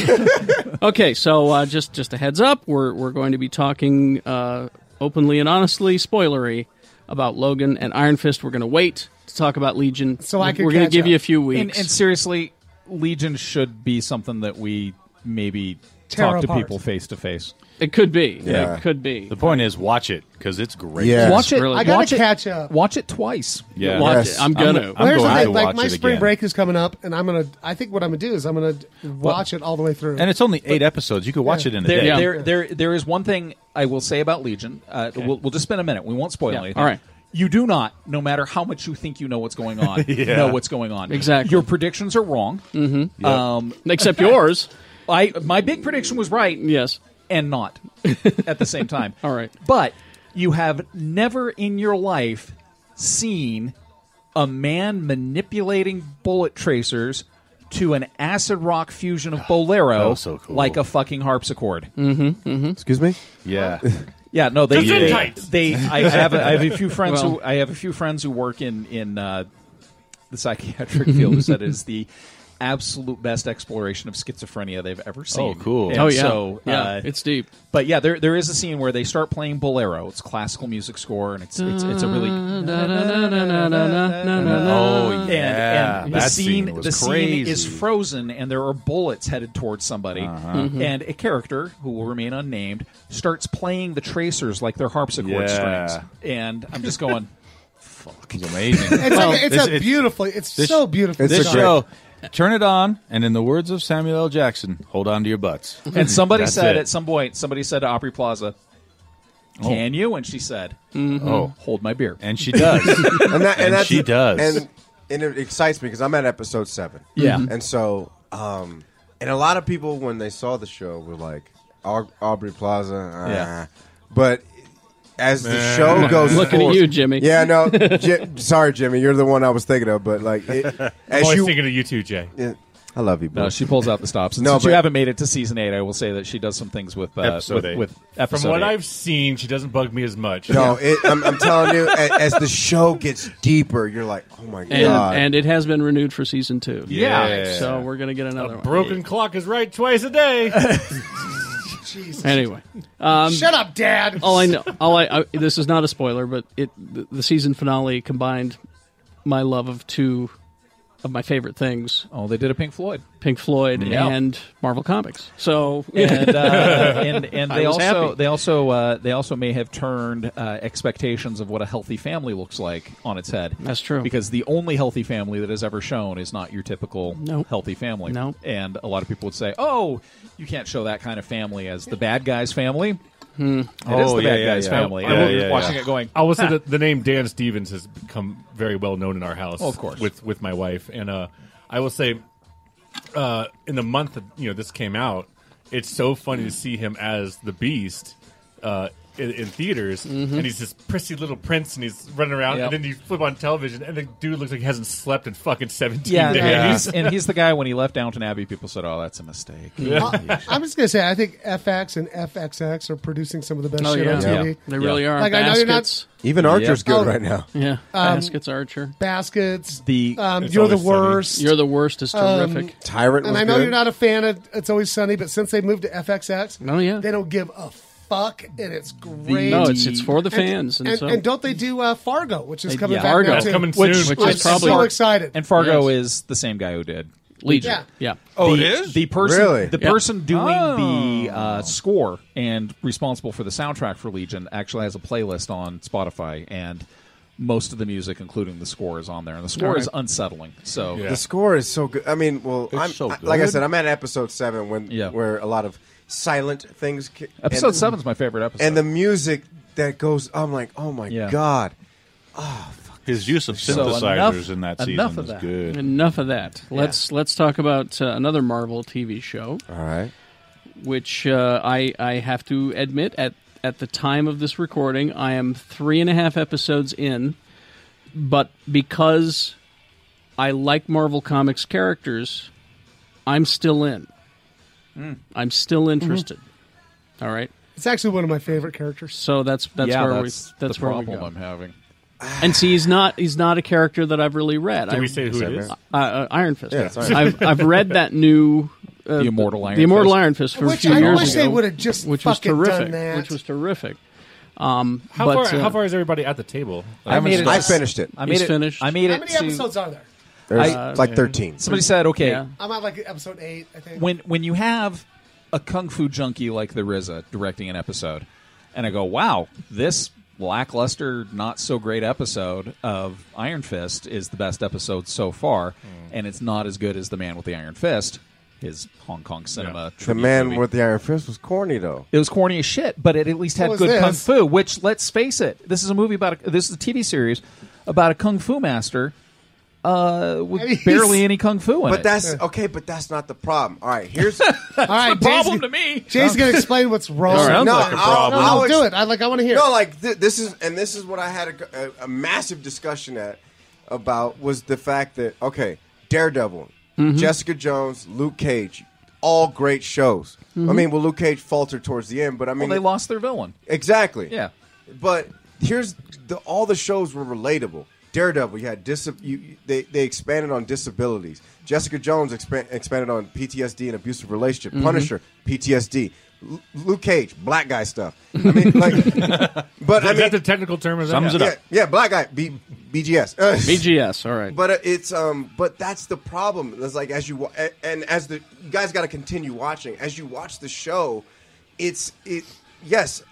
Okay, so uh, just just a heads up, we're we're going to be talking uh, openly and honestly, spoilery, about Logan and Iron Fist. We're going to wait to talk about Legion. So I could we're going to catch give up. you a few and, weeks. and seriously, Legion should be something that we maybe Tear talk to apart. people face to face. It could be. It could be. The point is, watch it because it's great. Watch it. I gotta watch it- catch up. Watch it twice. Yeah. Watch Yes. it. I'm I'm- gonna. I'm I'm, Here's the going thing, to like watch my it spring again. break is coming up, and I'm gonna. I think what I'm gonna do is I'm gonna watch it all the way through. And it's only eight episodes. You could watch it in a there, day. There, there, there is one thing I will say about Legion. Uh, we'll, we'll just spend a minute. We won't spoil Yeah. anything. All right. You do not, no matter how much you think you know what's going on, Yeah. know what's going on. Exactly. Mm. Your predictions are wrong. Mm-hmm. Yep. Um, Except yours. I my big prediction was right. Yes. And not at the same time. All right. But you have never in your life seen a man manipulating bullet tracers to an acid rock fusion of bolero Oh, so cool. like a fucking harpsichord. Mm-hmm, mm-hmm. Excuse me. Yeah. Yeah, no, they. Just in They, tights. they- I have. A, I have a few friends Well- who. I have a few friends who work in in uh, the psychiatric field who said it is the absolute best exploration of schizophrenia they've ever seen. Oh, cool. And Oh, yeah. So, Yeah, uh, it's deep. But yeah, there there is a scene where they start playing bolero. It's classical music score, and it's it's, it's a really. Oh, Oh, And- Mm-hmm. yeah. and, the That scene, scene was the scene crazy. is frozen, and there are bullets headed towards somebody, Mm-hmm. Mhm. and a character who will remain unnamed starts playing the tracers like they're harpsichord Yeah. strings, and I'm just going, fuck, it's amazing. It's like- it's a beautifully- it's so beautifully This done. show, turn it on, and in the words of Samuel L. Jackson, hold on to your butts. And somebody That's said it. at some point, somebody said to Opry Plaza, Oh. "Can you?" And she said, Mm. Oh. hold my beer." And she does. and, that, and, that's- she does. And, and it excites me because I'm at episode seven. Yeah. Mm-hmm. And so, um, and a lot of people when they saw the show were like, "Au- Aubrey Plaza. Uh, Yeah. But as the Meh. show goes, Looking at forth- you, Jimmy. Yeah, no, Ji- sorry, Jimmy, you're the one I was thinking of. But like, it, I'm as always you, thinking of you too, Jay. Yeah. I love you. Bro. No, Uh, she pulls out the stops. And No, since you but- haven't made it to season eight, I will say that she does some things with uh, episode with, eight. with episode From what eight. I've seen, she doesn't bug me as much. No, it, I'm, I'm telling you, a- as the show gets deeper, you're like, oh my And, god. and it has been renewed for season two. Yeah. So we're going to get another one. Broken clock is right twice a day. Jesus. Anyway, um, Shut up, Dad. All I know, all I, I this is not a spoiler, but it the, the season finale combined my love of two of my favorite things. Oh, they did a Pink Floyd, Pink Floyd, Yeah. and Marvel Comics. So and, uh, and and I they was also happy. they also uh, they also may have turned uh, expectations of what a healthy family looks like on its head. That's true. Because the only healthy family that is ever shown is not your typical healthy family. No. And a lot of people would say, "Oh, you can't show that kind of family as the bad guy's family." Hmm. It is the bad guy's family. I- And I will- we're watching it going. I will say "Huh." that the name Dan Stevens has become very well known in our house. Oh, of course. with with my wife, and uh, I will say, uh, in the month that you know this came out, it's so funny to see him as the Beast. Uh, in, in theaters, and he's this prissy little prince, and he's running around. Mm-hmm. Yep. And then you flip on television, and the dude looks like he hasn't slept in fucking seventeen Yeah, days. And, he's, and he's the guy when he left Downton Abbey. People said, "Oh, that's a mistake." I, am just gonna say I think FX and FXX are producing some of the best Oh, shit on yeah. TV. Yeah. They really are. Like I know you're not Baskets. Even Archer's Oh. Yeah. good right now. yeah, Um, Baskets Archer. baskets. The um, you're the worst. You're the worst is Um, terrific. Tyrant and was I know good. you're not a fan of It's Always Sunny, but since they moved to FXX, Oh, yeah. they don't give a fuck, and it's great. No, it's- it's for the And- fans, and and, so- and don't they do uh, Fargo, which is Uh, coming yeah. back Fargo. now, That's too? coming Which- soon. which I'm is probably- so excited. And Fargo is the same guy who did Legion. Yeah. Yeah. the, Oh, it is? the person. Really? The Yeah. Oh. person doing the uh, score and responsible for the soundtrack for Legion actually has a playlist on Spotify, and most of the music, including the score, is on there. And the score All right. is unsettling. So The score is so good. I mean, well, I'm so I- like I good. said, I'm at episode seven when Yeah. where a lot of silent things. Ki- Episode and- seven's my favorite episode. and the music that goes. I'm like, oh my Yeah. god, His use of So enough- synthesizers in that season enough of is that. good. Enough of that. Let's let's talk about uh, another Marvel TV show. All right. Which uh, I I have to admit at at the time of this recording, I am three and a half episodes in, but because I like Marvel Comics characters, I'm still in. Hmm. Mm. I'm still Mm-hmm. interested. All right. It's actually one of my favorite characters. So that's that's Yeah, where that's we that's the where we problem go. I'm having. And see, he's not he's not a character that I've really read. Did I- we say who it is? Uh, uh, Iron Fist. Yeah, it's Iron I've, Fist. I've read that new uh, The Immortal Iron the Immortal Fist. Iron Fist for Which a few I years wish ago, they would've just which fucking was terrific, done that. which was terrific. Um, how but, far? uh, how far is everybody at the table? I made it- I made He's it, finished. I made How it many to- episodes are there? There's like 13. Somebody said, "Okay, I'm at like episode eight. I think. when when you have a kung fu junkie like the RZA directing an episode, and I go, "Wow, this lackluster, not so great episode of Iron Fist is the best episode so far, Hmm. and it's not as good as the Man with the Iron Fist." His Hong Kong cinema. The tribute man movie. with the iron fist was corny though. It was corny as shit, but it at least had So is good kung this. fu. Which, let's face it, this is a movie about a, this is a TV series about a kung fu master uh, with barely any kung fu in But it. that's okay. But that's not the problem. All right, here's all right, Jay's problem gonna- to me. Jay's gonna explain what's wrong. no, I'll, No, I'll no, ex- do it. I like. I want to hear. No, like th- this is, and this is what I had a, a, a massive discussion at about was the fact that okay, Daredevil, Mhm. Jessica Jones, Luke Cage, all great shows. I Mhm. mean, well, Luke Cage faltered towards the end, but I well, mean, they lost their villain. exactly. Yeah. but here's the all the shows were relatable. Daredevil, you had dis- you, you- they they expanded on disabilities. Jessica Jones expan- expanded on PTSD and abusive relationship. Mm-hmm. Mhm. Punisher, PTSD. Lu Luke Cage, black guy stuff. I mean, like, but Is I mean, that the technical term of that? Sums it yeah, up. Yeah, black guy, B- BGS. Uh, BGS. All right. But uh, it's um, but that's the problem. It's like as you wa- a- and as the you guys got to continue watching. As you watch the show, it's it. Yes,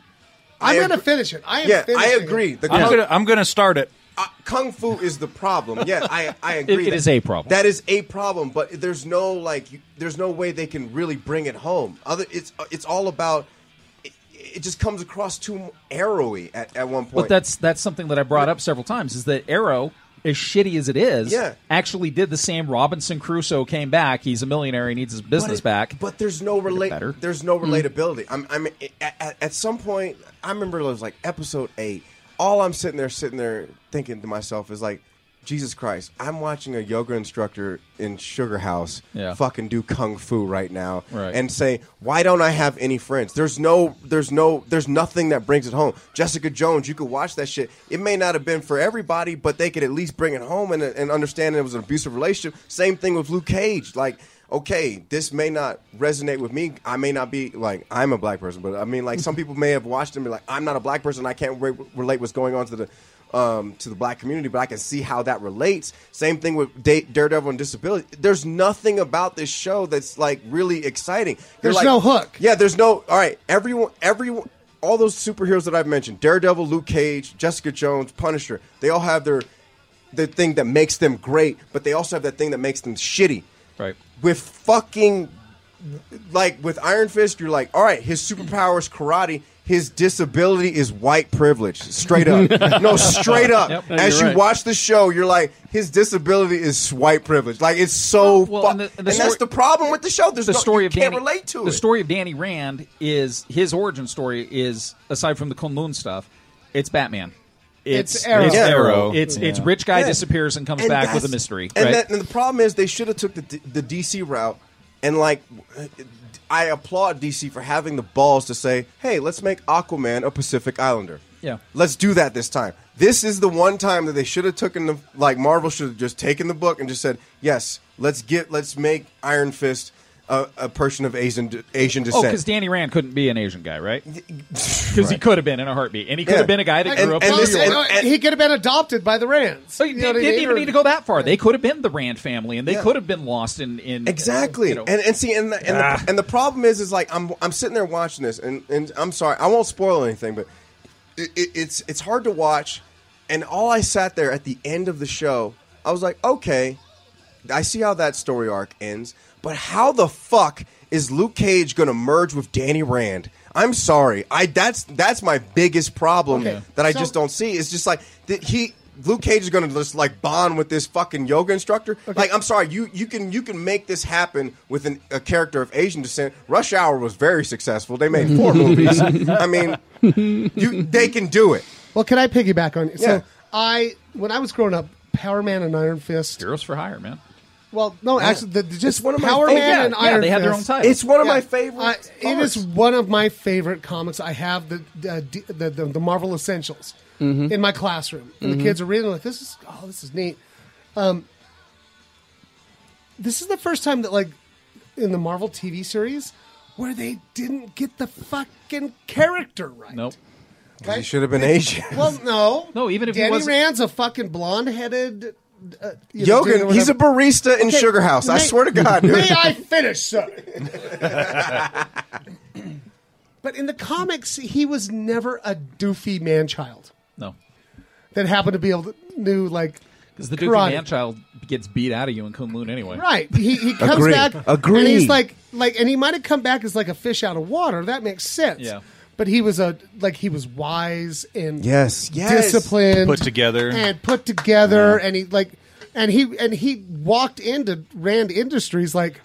I'm I gonna agree- finish it. I am. yeah, I finishing it. agree. The I'm kung, gonna I'm gonna start it. uh, kung fu is the problem. Yeah, I I It- agree. it That- is a problem. That is a problem. But there's no like you, there's no way they can really bring it home. Other it's uh, it's all about. It, it just comes across too arrowy at, at one point. But that's that's something that I brought up several times is that Arrow, as shitty as it is, Yeah. actually did the same. Robinson Crusoe came back. He's a millionaire. He needs his business back. But there's no better. Hmm. relate. There's no relatability. I'm. I'm. At, at- at some point, I remember it was like episode eight. All I'm sitting there, sitting there, thinking to myself is like, Jesus Christ! I'm watching a yoga instructor in Sugar House Yeah. fucking do kung fu right now, Right. and say, why don't I have any friends? There's no. There's no. There's nothing that brings it home. Jessica Jones, you could watch that shit. It may not have been for everybody, but they could at least bring it home and, and understand it was an abusive relationship. Same thing with Luke Cage, like okay, this may not resonate with me. I may not be like I'm a black person, but I mean, like some people may have watched and be like, I'm not a black person. I can't re- relate what's going on to the um, to the black community, but I can see how that relates. Same thing with da- Daredevil and disability. There's nothing about this show that's like really exciting. You're There's like- no hook. Yeah, there's no. All right, everyone, everyone. All those superheroes that I've mentioned, Daredevil, Luke Cage, Jessica Jones, Punisher, they all have their the thing that makes them great, but they also have that thing that makes them shitty. Right. With fucking like with Iron Fist, you're like, all right, his superpower is karate. His disability is white privilege. Straight up. no, straight up. Yep. No, As you're you right. watch the show, you're like, his disability is white privilege. Like it's so fu- and and, the- and the that's story- the problem with the show. There's the no, story you of can't Danny, relate to the it. story of Danny Rand is his origin story is aside from the Kunlun stuff, it's Batman. It's, It's Arrow. It's Yeah. Arrow. It's, it's Yeah. rich guy Yeah. disappears and comes And back with a that's- mystery. And, right? that, and the problem is they should have took the D- the DC route and like I applaud DC for having the balls to say, "Hey, let's make Aquaman a Pacific Islander." Yeah. Let's do that this time. This is the one time that they should have taken the like Marvel should have just taken the book and just said, "Yes, let's get let's make Iron Fist a, a person of Asian Asian Oh, descent." because Danny Rand couldn't be an Asian guy, right? Because he could have been in a heartbeat, and he could Yeah. have been a guy that And- grew up. and in this- New York. and- and- uh, he could have been adopted by the Rands. So you know didn't, what I Oh, didn't mean? even Or- need to go that far. They could have been the Rand family, and they Yeah. could have been lost in in uh, Exactly, you know. and and see, and the, and, Ah. the, and the problem is, is like I'm I'm sitting there watching this, and, and I'm sorry, I won't spoil anything, but it, it, it's it's hard to watch, and all I sat there at the end of the show, I was like, okay, I see how that story arc ends, but how the fuck is Luke Cage gonna merge with Danny Rand? I'm sorry, I that's that's my biggest problem Okay, that I so- just don't see. It's just like that he. Luke Cage is going to just like bond with this fucking yoga instructor. Like, I'm sorry, you you can you can make this happen with an, a character of Asian descent. Rush Hour was very successful. They made four movies. I mean, you they can do it. Well, can I piggyback on you? Yeah. So I, when I was growing up, Power Man and Iron Fist. Heroes for Hire, man. Well, no, actually, the, the- just one of Power favorite- Man Yeah, and yeah, Iron they had their Fist. own title. It's one of my favorite I- it parts. is one of my favorite comics. I have the uh, D- the, the the Marvel Essentials Mhm. Mm-hmm. in my classroom, and Mhm. the kids are reading like this is oh this is neat. Um, this is the first time that like in the Marvel TV series where they didn't get the fucking character right. Nope. He should have been Asian. Well, no, no. Even if he Danny wasn't- Rand's a fucking blonde-headed Uh, you know, doing Yogan, whatever- he's a barista in Okay, Sugar House. I may- swear to God, dude. May I finish, sir? but in the comics, he was never a doofy man child No. that happened to be able to knew like Because the karate. Doofy Man Child gets beat out of you in Kunlun anyway. Right. He, he comes Agree. back. Agree. And he's like, like, and he might have come back as like a fish out of water. That makes sense. Yeah. But he was a like he was wise and Yes, yes. disciplined, Put together. and put together, and he like, and he and he walked into Rand Industries like,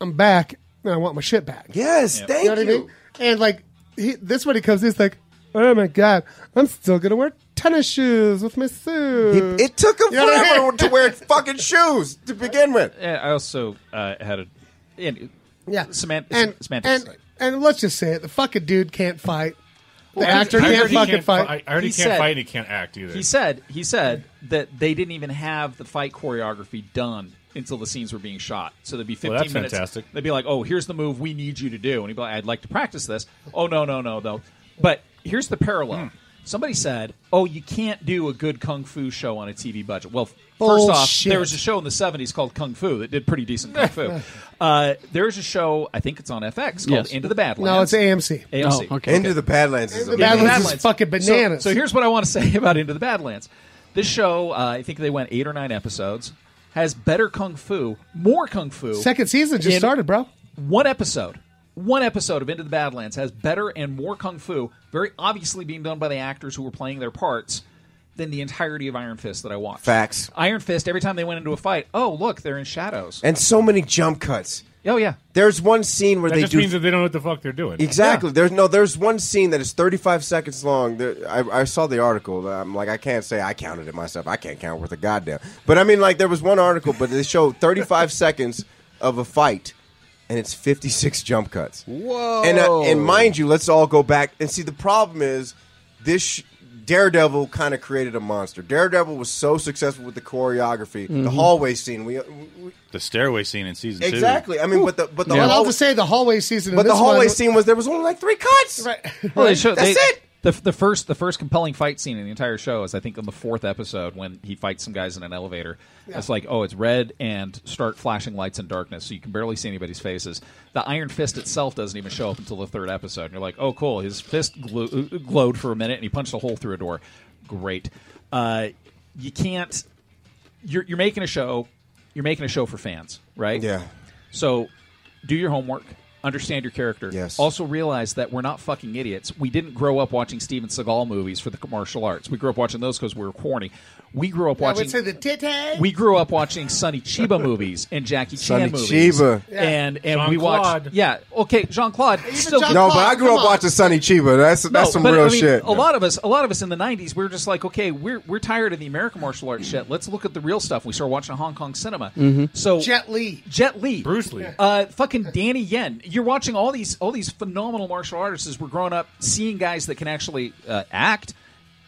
I'm back and I want my shit back. Yes, thank you. Know what I mean? And like, he, this when he comes, in, he's like, oh my god, I'm still gonna wear tennis shoes with my suit. He- it took him Mm. You know what I mean? forever to wear fucking shoes to begin with. And I also uh, had a. And, Yeah. Semant- and, semantics. And, and let's just say it: the fucking dude can't fight. The Well, I- actor I heard can't he fucking can't fight. fi- I already He can't said- fight and he can't act either. He said he said that they didn't even have the fight choreography done until the scenes were being shot. So there'd be fifteen Well, that's minutes. fantastic. They'd be like, "Oh, here's the move we need you to do," and he'd be like, "I'd like to practice this." Oh no, no, no, no. But here's the Hmm. parallel. Somebody said, "Oh, you can't do a good kung fu show on a TV budget." Well, f- first off, Bullshit. there was a show in the '70s called Kung Fu that did pretty decent kung fu. Uh, there's a show I think it's on FX called Yes. Into the Badlands. No, it's AMC. AMC. Oh, okay. Into the Badlands is Into the amazing. Badlands is fucking So- bananas. So, here's what I want to say about Into the Badlands. This show, uh, I think they went eight or nine episodes, has better kung fu, more kung fu. Second season just in started, bro. One episode. One episode of Into the Badlands has better and more kung fu, very obviously being done by the actors who were playing their parts, than the entirety of Iron Fist that I watched. Facts. Iron Fist, every time they went into a fight, oh, look, they're in shadows. And so many jump cuts. Oh yeah. There's one scene where that they just do means that they don't know what the fuck they're doing. Exactly. There's no. There's one scene that is 35 seconds long. There, I, I saw the article. I'm like, I can't say I counted it myself. I can't count worth a goddamn. But I mean, like, there was one article, but they showed 35 seconds of a fight, and it's 56 jump cuts. Whoa. And uh, and mind you, let's all go back and see. The problem is this. Sh- Daredevil kind of created a monster. Daredevil was so successful with the choreography, the Mm-hmm. Mhm. hallway scene. We, we The stairway scene in season two. exactly. I mean, but the but the Well, I'll hallway- just say the hallway season. in but the this hallway one- scene was there was only like three cuts. Right. Well, they show, That's they- it. The, the first the first compelling fight scene in the entire show is I think on the fourth episode when he fights some guys in an elevator. Yeah. It's like oh it's red and start flashing lights in darkness so you can barely see anybody's faces. The Iron Fist itself doesn't even show up until the third episode. And you're like oh cool his fist glo- glowed for a minute and he punched a hole through a door. Great. Uh, you can't. You're, you're making a show. You're making a show for fans, right? Yeah. So do your homework. Understand your character. Yes. Also realize that we're not fucking idiots. We didn't grow up watching Steven Seagal movies for the martial arts. We grew up watching those because we were corny. We grew up I would watching. say the titty. we grew up watching Sonny Chiba movies and Jackie Sonny Chan movies. Chiba. Yeah. And and we Jean-Claude. watched. Yeah. Okay. Jean Claude. Still no, but I grew up watching Sonny Chiba. That's that's No, some but, real I mean, shit. A lot of us, a lot of us in the '90s, we were just like, okay, we're we're tired of the American martial arts shit. Let's look at the real stuff. We started watching Hong Kong cinema. Mm-hmm. Mhm. So Jet Li, Jet Li, Bruce Lee. uh, fucking Danny Yen. You're watching all these all these phenomenal martial artists as we're growing up, seeing guys that can actually uh, act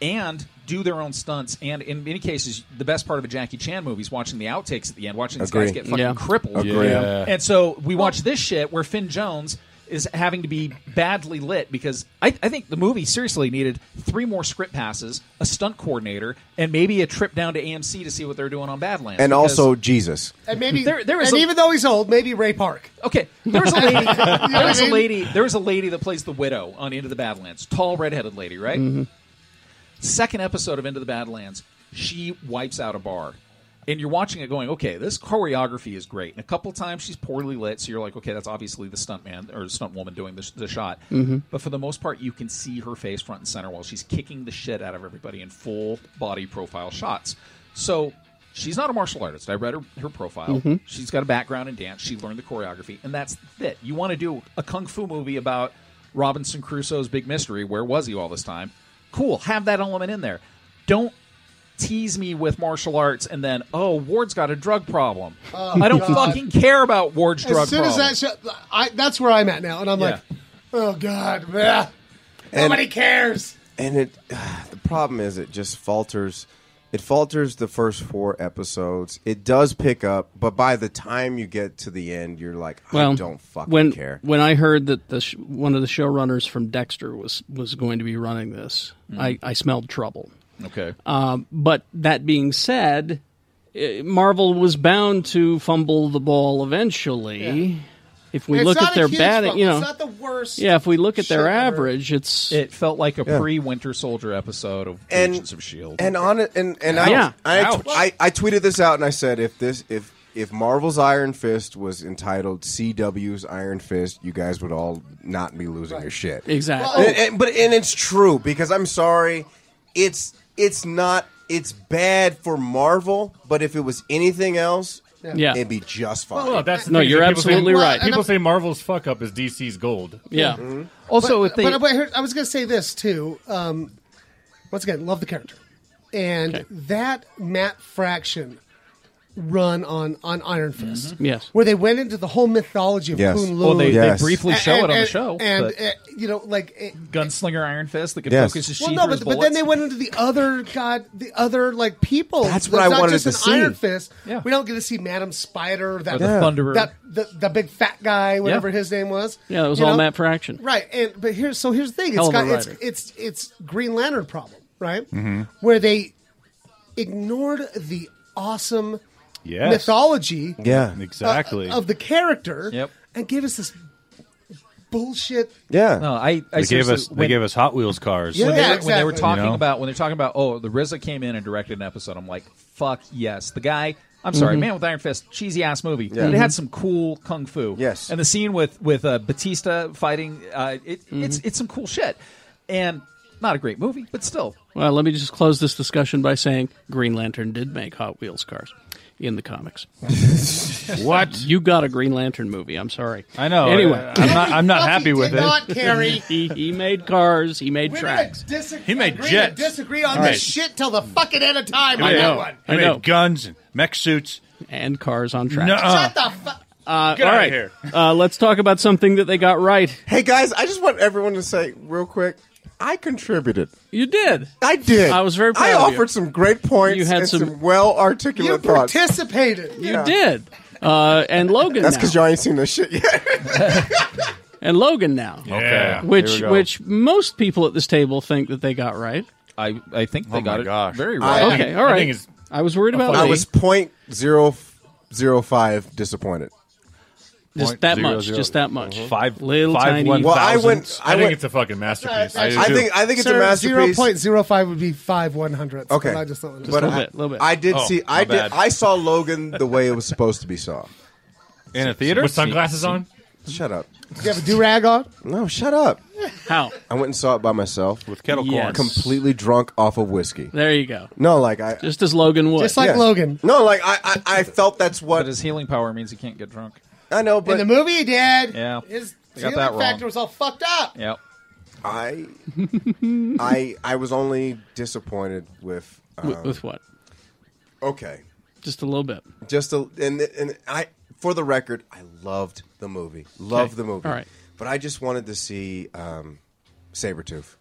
and do their own stunts. And in many cases, the best part of a Jackie Chan movie is watching the outtakes at the end, watching these guys Agree. get fucking Yeah. crippled. Agree. Yeah. And so we watch this shit where Finn Jones is having to be badly lit because I, I think the movie seriously needed three more script passes, a stunt coordinator, and maybe a trip down to AMC to see what they're doing on Badlands. and because- also Jesus. and maybe There- there is and a- even though he's old, maybe Ray Park. Okay, there was a lady. there was I a mean? lady. There was a lady that plays the widow on Into the Badlands. Tall, redheaded lady, right? Mm-hmm. Second episode of Into the Badlands, she wipes out a bar, and you're watching it, going, "Okay, this choreography is great." And a couple times she's poorly lit, so you're like, "Okay, that's obviously the stunt man or stunt woman doing the, the shot." Mm-hmm. Mhm. But for the most part, you can see her face front and center while she's kicking the shit out of everybody in full body profile shots. So she's not a martial artist. I read her, her profile. Mm-hmm. Mhm. She's got a background in dance. She learned the choreography, and that's it. You want to do a kung fu movie about Robinson Crusoe's big mystery? Where was he all this time? Cool. Have that element in there. Don't tease me with martial arts and then oh Ward's got a drug problem. Oh, I don't God. fucking care about Ward's drug As soon problem. as that, show, I, that's where I'm at now, and I'm Yeah. like, oh god, bleh. And- nobody cares. And it, the problem is, it just falters. It falters the first four episodes. It does pick up, but by the time you get to the end, you're like, I well, don't fucking when, care. When I heard that the sh- one of the showrunners from Dexter was was going to be Hmm. running this, I, I smelled trouble. okay. Um, but that being said, eh, Marvel was bound to fumble the ball eventually. If we It's look not at a their huge batting, fumble. you know, It's not the worst Yeah, if we look at their shit ever. average, it's it felt like a Yeah. pre-Winter Soldier episode of And- Agents of Shield. And on it, and and I, Yeah. I, I, Ouch. tw- I, I tweeted this out and I said, if this, if if Marvel's Iron Fist was entitled CW's Iron Fist, you guys would all not be losing your shit. Exactly. Well- And- and- but and it's true because I'm sorry, it's it's not it's bad for Marvel, but if it was anything else, Yeah. Yeah. it'd be just fine. Well, that's the No, thing is you're that absolutely people say, right. People Well, say Marvel's fuck up is DC's gold. Yeah. Also, but, if they- but, but here- I was going to say this too. Um, once again, love the character, and that Matt Fraction run on on Iron Mm-hmm. Fist, Yes. where they went into the whole mythology of Yes. Kunlun. Well, they- they Yes. briefly show it on the and- show, and but- uh, you know, like it, Gunslinger Iron Fist that could Yes. focus his well, sheath no, or his but, but bullets. then they went into the other god, the other like people. That's what There's I not wanted just to an see. Iron Fist. We don't get to see Madam Spider, that Or the Yeah. Thunderer. that the, the big fat guy, whatever Yeah. his name was. Yeah, it was You all know? Matt Fraction. Right, and but here's so here's the thing. It's Hell of a got it's, writer. it's it's Green Lantern problem, right? Where they ignored the awesome Yes. mythology, Yeah. uh, Exactly. of the character, Yep. and gave us this bullshit. Yeah. No, I. I they gave seriously- us they when- gave us Hot Wheels cars. when, they, were- when they were exactly. talking You know? about when they're talking about oh the RZA came in and directed an episode I'm like fuck yes the guy I'm sorry Mhm. Mm-hmm. Man with Iron Fist cheesy ass movie Yeah. but it had Mhm. some cool kung fu Yes. and the scene with with uh, Batista fighting uh, it, Mm-hmm. it's it's some cool shit and not a great movie but still Well, let me just close this discussion by saying Green Lantern did make Hot Wheels cars in the comics. what? You got a Green Lantern movie. I'm sorry. I know. Anyway, I- Uh, I'm not- I'm not No, he happy with did it. not, Carrie. he, he made cars, he made We're gonna tracks. disagree, He made agree to jets. disagree on All right. this shit till the fucking end of time. on They- that one. they I know. made guns and mech suits and cars on tracks. Shut the fuck. Uh, Get all outta right. here. Uh, let's talk about something that they got right. Hey guys, I just want everyone to say real quick, I contributed. You did. I did. I was very proud I of you. offered some great points You had and some, some- well articulated thoughts. participated. You Yeah. did. Uh, and Logan. That's now. because y'all ain't seen this shit yet. and Logan now. Yeah. Which Here we go. which most people at this table think that they got right. I I think Oh they got it very I- right I Okay, all right. I, was worried about I Lee. was point zero zero five disappointed. just that much, just that much. Five little five tiny. one Well, I thousandths. went- I I think went- it's a fucking masterpiece. I I do. think- I think it's a Zero masterpiece. point zero five would be five one hundredths. Okay, but I just thought it was- But I- I did Oh, see. I my did. bad. I saw Logan the way it was supposed to be saw. in a theater With sunglasses on? Shut up. Did you have a do rag on? No, shut up. How? I went and saw it by myself with kettle Yes. corn. completely drunk off of whiskey. There you go. No, like I Just as Logan would. Just like Yes. Logan. No, like I, I, I felt that's what but his healing power means he can't get drunk I know. But In the movie, he did. Yeah. His They got healing that wrong. factor was all fucked up. yep I, I, I was only disappointed with. With- um, with what? Okay, Just a little bit. just a, and and I for the record, I loved the movie. Loved Okay. the movie. All right. But I just wanted to see um, Sabretooth.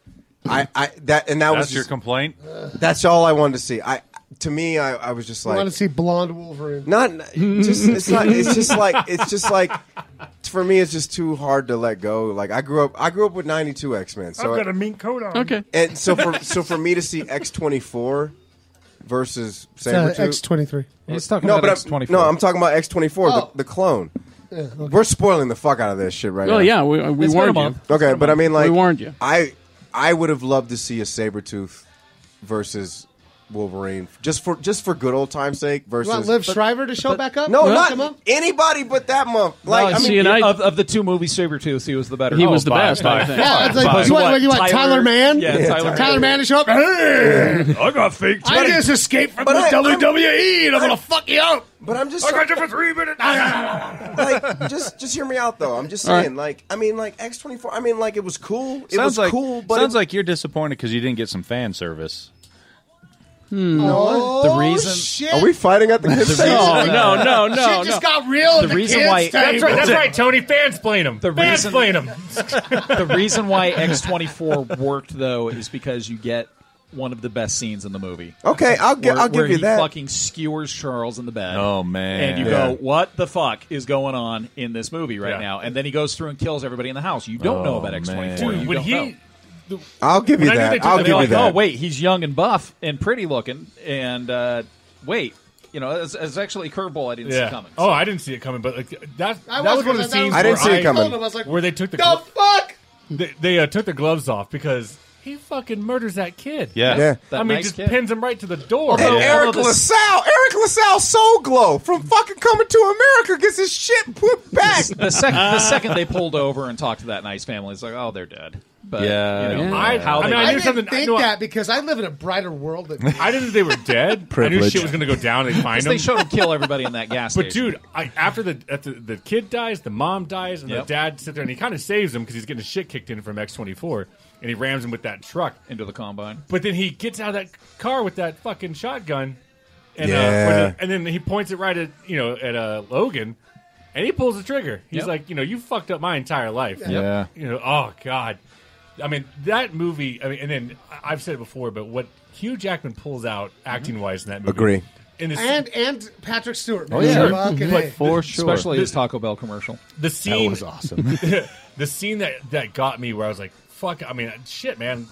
I, I that and that That's was your just- complaint. That's all I wanted to see. I to me, I, I was just I like want to see blonde Wolverine. not just it's not it's just like it's just like for me it's just too hard to let go like i grew up i grew up with 92 x-men so a mink coat on. Okay. and so for so for me to see x24 versus Sabretooth, X twenty three. he's talking no about but I'm, X24 no i'm talking about x24 Oh. the, the clone we're spoiling the fuck out of this shit right Well, now yeah, we, we It's been a warned you. month. okay but i mean like We warned you. i i would have loved to see a Sabretooth versus wolverine just for just for good old time's sake You versus want Liv Shriver to show back up? no, Come not up? anybody but that month. Like, No, I mean, see, and I- of, of the two movies Sabretooth he was the better He Oh, was the by- best, I by think. far. Yeah, it's like, By- you, want, you want Tyler, Tyler- Mann? Yeah, Yeah, Tyler Tyler Mann. Mann to show up? Hey, I got fake. I just escaped from But the I- I'm- E WWE and I'm going to fuck you up. but I'm just you for three minutes. like, just just hear me out though. I'm just All right. saying, like, I mean, like X twenty four. I mean, like, it was cool. It sounds was like cool, but sounds it- like you're disappointed because you didn't get some fan service. the reason Shit. are we fighting at Oh, the kids' reason- table? No, no, no, no. Shit just got real. The in the reason kids why- table. That's That's right, that's right, Tony. Fansplain him. The reason- Fansplain him. the reason why X24 worked though is because you get one of the best scenes in the movie. Okay, I'll get. Where, I'll give where you he that. fucking skewers Charles in the bed. Oh, man. And you Yeah. go, "What the fuck is going on in this movie right Yeah. now?" And then he goes through and kills everybody in the house. You don't know Oh, about X24. man. You Dude, when don't he. know. I'll give you When I knew they that. "Oh, took I'll the give They're you like, "Oh that. wait, he's young and buff and pretty looking." And uh, wait, you know, it's, it's actually a curveball I didn't yeah. see coming. Oh, I didn't see it coming, but like, that, I that was was one of gonna- the that was scenes I didn't where see it coming. I was like, where they took the, "The glo- fuck!" They, they uh, took the gloves off because he fucking murders that kid. Yeah. Yeah. I That mean, nice just kid. pins him right to the door. And oh, Eric LaSalle, Eric LaSalle Soul Glow from fucking coming to America gets his shit put back. the second the second they pulled over and talked to that nice family, it's like, oh, they're dead. But Yeah. you know, Yeah. I- how I they mean, I died. knew I something- didn't think no, I- that because I live in a brighter world than I didn't think they were dead. I knew Privilege. shit was going to go down and find 'Cause them. they showed him kill everybody in that gas But station. dude, I, after the after the kid dies, the mom dies, and Yep. the dad sits there and he kind of saves him because he's getting his shit kicked in from X twenty four, and he rams him with that truck into the combine. But then he gets out of that car with that fucking shotgun, and Yeah. uh, when the- and then he points it right at you know at uh, Logan, and he pulls the trigger. He's Yep. like, you know, you fucked up my entire life. Yep. Yeah. You know, oh god. I mean that movie. I mean, and then I- I've said it before, but what Hugh Jackman pulls out acting wise in that movie. Agree. In the and and Patrick Stewart. Oh, man. yeah. Fucking But A. for sure. especially his The- Taco Bell commercial. the scene was awesome. the scene that that got me where I was like, "Fuck!" I mean, shit, man,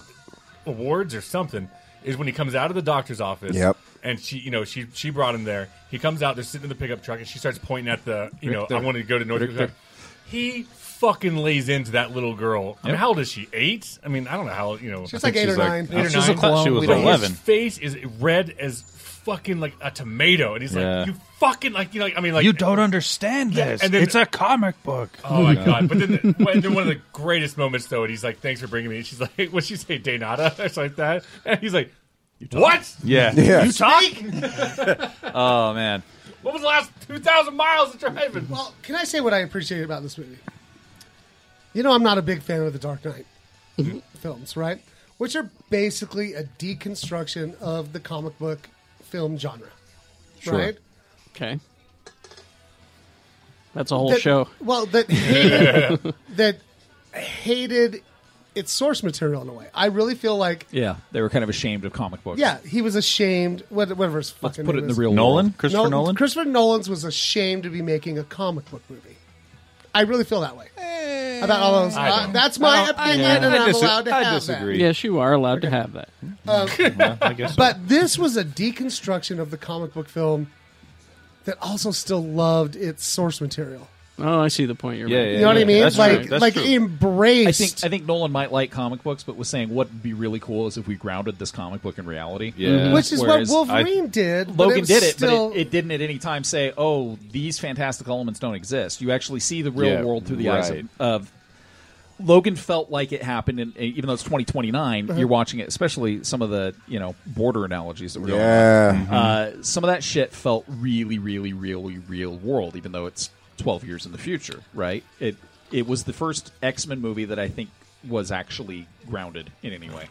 awards or something is when he comes out of the doctor's office. Yep. And she, you know, she she brought him there. He comes out. They're sitting in the pickup truck, and she starts pointing at the, you know, Richter. I wanted to go to North Richter. Dakota. He fucking lays into that little girl. I mean, Yep. how old is she? Eight? I mean, I don't know how. old, You know, She's I think like eight she's or like- nine. Eight or She's a nine. clone. She was But his 11. face is red as fucking like a tomato, and he's Yeah. like, "You fucking like you know." like- I mean, like understand Yeah, and then- comic book. Oh my god! But then, the, when- then one of the greatest moments though, and he's like, "Thanks for bringing me." And she's like, "What'd she say, Daynata?" or something like that. And he's like, "What? Yeah. Yeah. you talk? oh man, What was the last two thousand miles of driving?" Well, can I say what I appreciate about this movie? You know, I'm not a big fan of the Dark Knight Mm-hmm. films, right? Which are basically a deconstruction of the comic book film genre, Sure. right? Okay. That's a whole that- show. Well, that hated, that hated its source material in a way. I really feel like yeah, they were kind of ashamed of comic books. yeah, he was ashamed. what- Whatever his fucking put it name in the is. real Nolan? world. Christopher Nol- Nolan? Christopher Nolan's was ashamed to be making a comic book movie. I really feel that way about all those. I uh, don't. that's my I don't- opinion, yeah. and I I am dis- allowed to I have disagree. Yes, you are allowed to have that. that. Um, I guess so. But this was a deconstruction of the comic book film that also still loved its source material. Oh, I see the point you're Yeah, making. yeah, You know what I yeah. mean? That's Like- true. That's like true. embraced. I think I think Nolan might like comic books, but was saying what would be really cool is if we grounded this comic book in reality. Yeah. Which is what Whereas Wolverine did, but Logan it was did it, still- but it, it didn't at any time say, "Oh, these fantastical elements don't exist." You actually see the real Yeah, world through the eyes right. of, of. Logan felt like it happened, and even though it's 2029, Uh-huh. you're watching it. Especially some of the you know border analogies that were going Yeah. on. Mm-hmm. Mhm. Uh, some of that shit felt really, really, really real world, even though it's 12 years in the future, right? It it was the first X Men movie that I think was actually grounded in any way.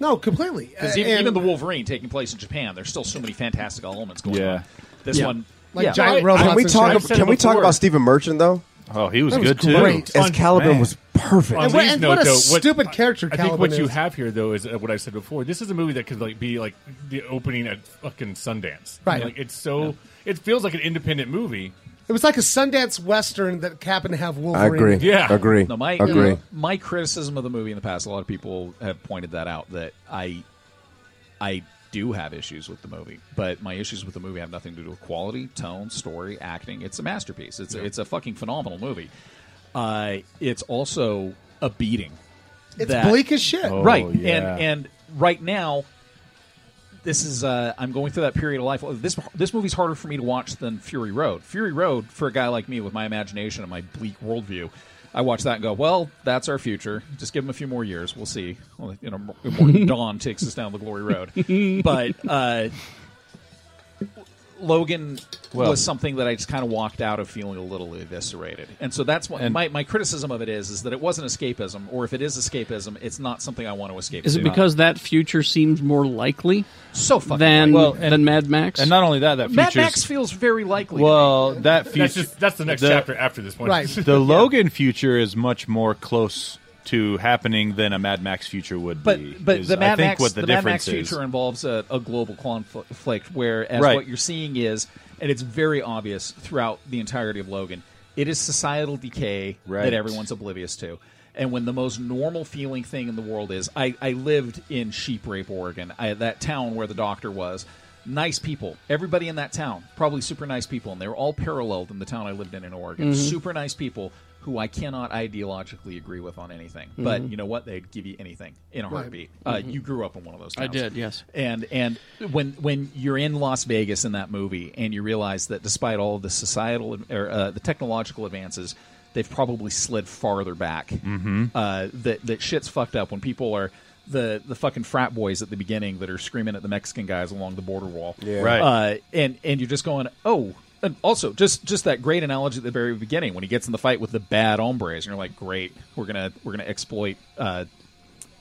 No, completely. 'Cause Uh, even, and- even the Wolverine taking place in Japan, there's still so many fantastic elements going Yeah. on. This Yeah. one, Like yeah. giant Well, I- Can we talk? I've About, said can it we talk before. about Stephen Merchant though? Oh, he was That good too. great. Excalibur Man. was perfect. On And what- Lee's and what note, a though, stupid character I think Caliban what you is. have here, though, is uh, what I said before. This is a movie that could like be like the opening at fucking Sundance. Right. Like it's so. It feels like an independent movie. It was like a Sundance Western that happened to have Wolverine. Yeah. Agree. No, my, Agree. my criticism of the movie in the past, a lot of people have pointed that out that I I do have issues with the movie, but my issues with the movie have nothing to do with quality, tone, story, acting. It's a masterpiece. It's Yeah. a, it's a fucking phenomenal movie. Uh, it's also a beating. It's bleak as shit. Oh, right? yeah. And and right now, this is uh, I'm going through that period of life. This this movie's harder for me to watch than Fury Road. Fury Road for a guy like me with my imagination and my bleak worldview. I watch that and go, well, that's our future. Just give him a few more years. We'll see. Well, you know, Morton Dawn takes us down the glory road. But uh, Logan Well- was something that I just kind of walked out of feeling a little eviscerated, and so that's what And- my, my criticism of it is: is that it wasn't escapism, or if it is escapism, it's not something I want to escape. Is it to. because that future seems more likely? So than likely. Well, than Mad Max, and not only that, that Mad Max feels very likely. to Well, me. that future. Right. the Logan future is much more close to happening than a Mad Max future would But be. but is, the Mad I think Max what the, the, Mad Max difference future is. involves a, a global conflict, whereas Right. what you're seeing is, and it's very obvious throughout the entirety of Logan, it is societal decay Right. that everyone's oblivious to. And when the most normal feeling thing in the world is, I, I lived in Sheep Rape, Oregon, I, that town where the doctor was. nice people. Everybody in that town, probably super nice people, and they were all paralleled in the town I lived in in Oregon. Mhm. Super nice people who I cannot ideologically agree with on anything. But Mhm. you know what? They'd give you anything in a Right. heartbeat. Uh, Mhm. you grew up in one of those. I Towns. did, yes. And and when when you're in Las Vegas in that movie, and you realize that despite all of the societal or uh, the technological advances. They've probably slid farther back. Mm-hmm. Mhm. Uh, that that shit's fucked up when people are the the fucking frat boys at the beginning that are screaming at the Mexican guys along the border wall. Yeah. Right. Uh, and and you're just going, oh. And also, just just that great analogy at the very beginning when he gets in the fight with the bad hombres, and you're like, great, we're gonna we're gonna exploit uh,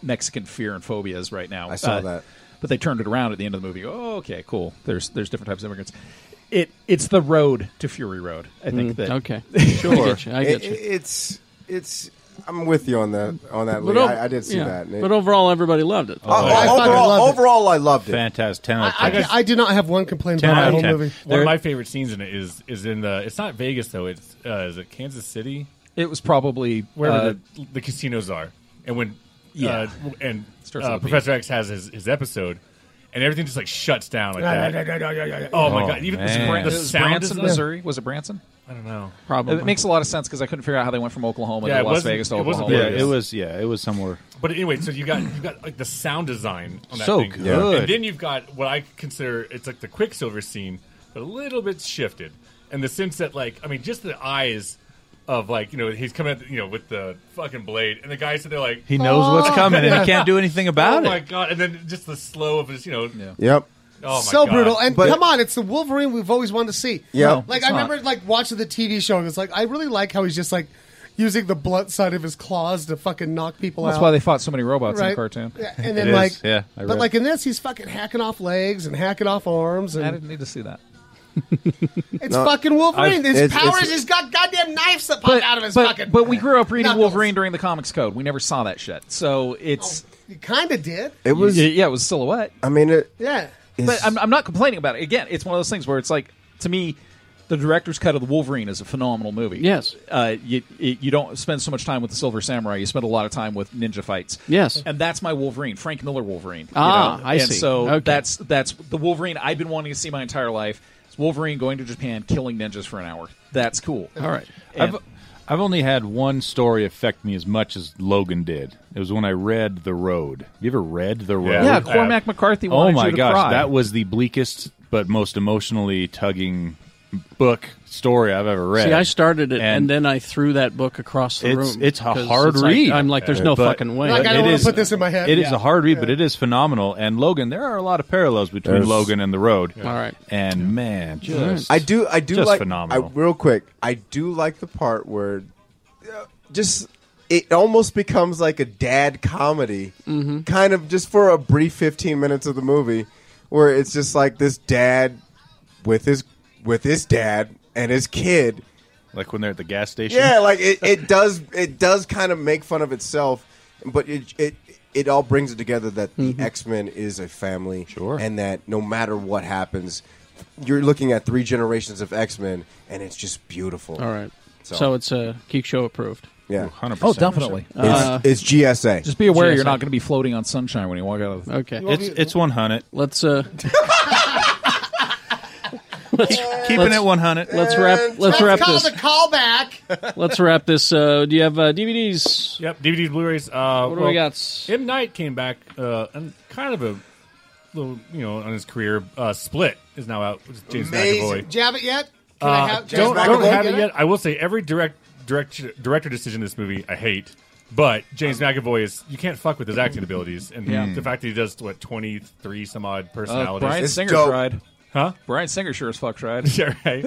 Mexican fear and phobias right now. I saw Uh, that. but they turned it around at the end of the movie. Oh, okay, cool. There's there's different types of immigrants. It it's the road to Fury Road. I think Mm, that okay. It- it's it's. I'm with you on that on that. But Lee. ov- I, I did see yeah. that. and it- But overall, everybody loved it. Oh, Oh, yeah. fucking overall- loved it. overall, I loved it. Fantastic. Ten I, I, I do not have one complaint Ten about out that of whole ten. movie. One of my favorite scenes in it is is in the. It's not Vegas though. It's uh, is it Kansas City? It was probably wherever uh, the, the casinos are, and when Yeah. uh, and Starts uh, with a B. Professor X has his, his episode, and everything just like shuts down like that. Oh my god! Even the, It the was sound Branson, design- Missouri. Was it Branson? I don't know. Probably. It makes a lot of sense because I couldn't figure out how they went from Oklahoma Yeah, it to Las wasn't- Vegas to it wasn't Oklahoma. Vegas. Yeah, it was. Yeah, it was somewhere. But anyway, so you got you got like the sound design on that So thing. good. And then you've got what I consider it's like the Quicksilver scene, but a little bit shifted. And the sense that like I mean, just the eyes of like you know he's coming at the, you know with the fucking blade, and the guys sitting there like He knows what's "Oh." coming, and he can't do anything about Oh my it. god! And then just the slow of his you know. Yep. Oh my so God. brutal. And But- come on, it's the Wolverine we've always wanted to see. Yeah. No, like it's I not. remember like watching the TV show and it's like I really like how he's just like using the blunt side of his claws to fucking knock people That's out. why they fought so many robots in Right. the cartoon. Yeah, and then like but like in this he's fucking hacking off legs and hacking off arms and I didn't need to see that. It's fucking Wolverine. I've- his it's- powers it's- he's got goddamn knives that pop But, out of his but- fucking but we grew up reading knuckles. Wolverine during the comics code. We never saw that shit. So it's You kinda did. It was- yeah, yeah, it was silhouette. I mean, it, Yeah. but I'm, I'm not complaining about it. Again, it's one of those things where it's like to me, the director's cut of the Wolverine is a phenomenal movie. Yes, uh, you you you don't spend so much time with the Silver Samurai. You spend a lot of time with ninja fights. Yes. and that's my Wolverine, Frank Miller Wolverine. you Ah, know? I and see. So Okay. that's that's the Wolverine I've been wanting to see my entire life. It's Wolverine going to Japan, killing ninjas for an hour. That's cool. And- I've I've only had one story affect me as much as Logan did. It was when I read The Road. You ever read The Road? Yeah, Cormac McCarthy Oh wanted my you to gosh, cry. that was the bleakest but most emotionally tugging book story I've ever read. See, I started it, and, And- then I threw that book across the it's, room. It's a 'cause hard it's like- read. I'm like, there's no But- fucking way. Like, I don't it wanna is- put this in my head. It is Yeah. a hard read, but it is phenomenal. And Logan, there are a lot of parallels between There's- Logan and The Road. All right. And man, just I do. I do just like. phenomenal. I, real quick, I do like the part where, uh, just it almost becomes like a dad comedy, kind of just for a brief fifteen minutes of the movie, where it's just like this dad with his with his dad and his kid. like when they're at the gas station. Yeah, like it, it does. It does kind of make fun of itself, but it it it all brings it together that the X Men is a family, sure, and that no matter what happens, you're looking at three generations of X Men, and it's just beautiful. All right. So, So- it's a geek show approved. Yeah, Oh, definitely. Uh, It's, it's GSA. Just be aware GSA. you're not going to be floating on sunshine when you walk out of the Okay. It's it's one hundred. Let's uh, Keeping it one hundred. let's wrap let's wrap call this the callback. let's wrap this. Uh, do you have uh, DVDs? Yep, DVDs, Blu-rays. Uh, What do we got? M Night came back uh, and kind of a little, you know, on his career. Uh, Split is now out. Which is James Amazing. McAvoy. Jab it yet? Can Uh, I have James don't McAvoy don't have get it yet. I will say every direct direct director decision in this movie I hate, but James Um, McAvoy is you can't fuck with his acting abilities and Yeah. the fact that he does what twenty three some odd Hmm. Uh, personalities. Brian Singer tried. Huh? Brian Singer sure as fuck tried. yeah, right.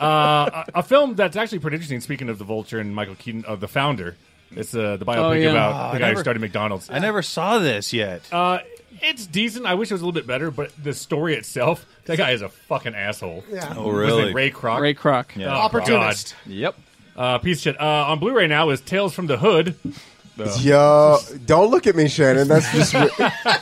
Uh, a, a film that's actually pretty interesting. Speaking of the Vulture and Michael Keaton, of the founder, it's uh, the biopic Oh, yeah. about Oh, the I guy never- who started McDonald's. I never saw this yet. Uh, it's decent. I wish it was a little bit better, but the story itself, that guy is a fucking asshole. Yeah. Oh, What was his name, really? Ray Kroc. Ray Kroc. Oh, Opportunist. God. Yep. Uh, piece of shit. Uh, on Blu-ray now is Tales from the Hood. Yo, don't look at me, Shannon. That's just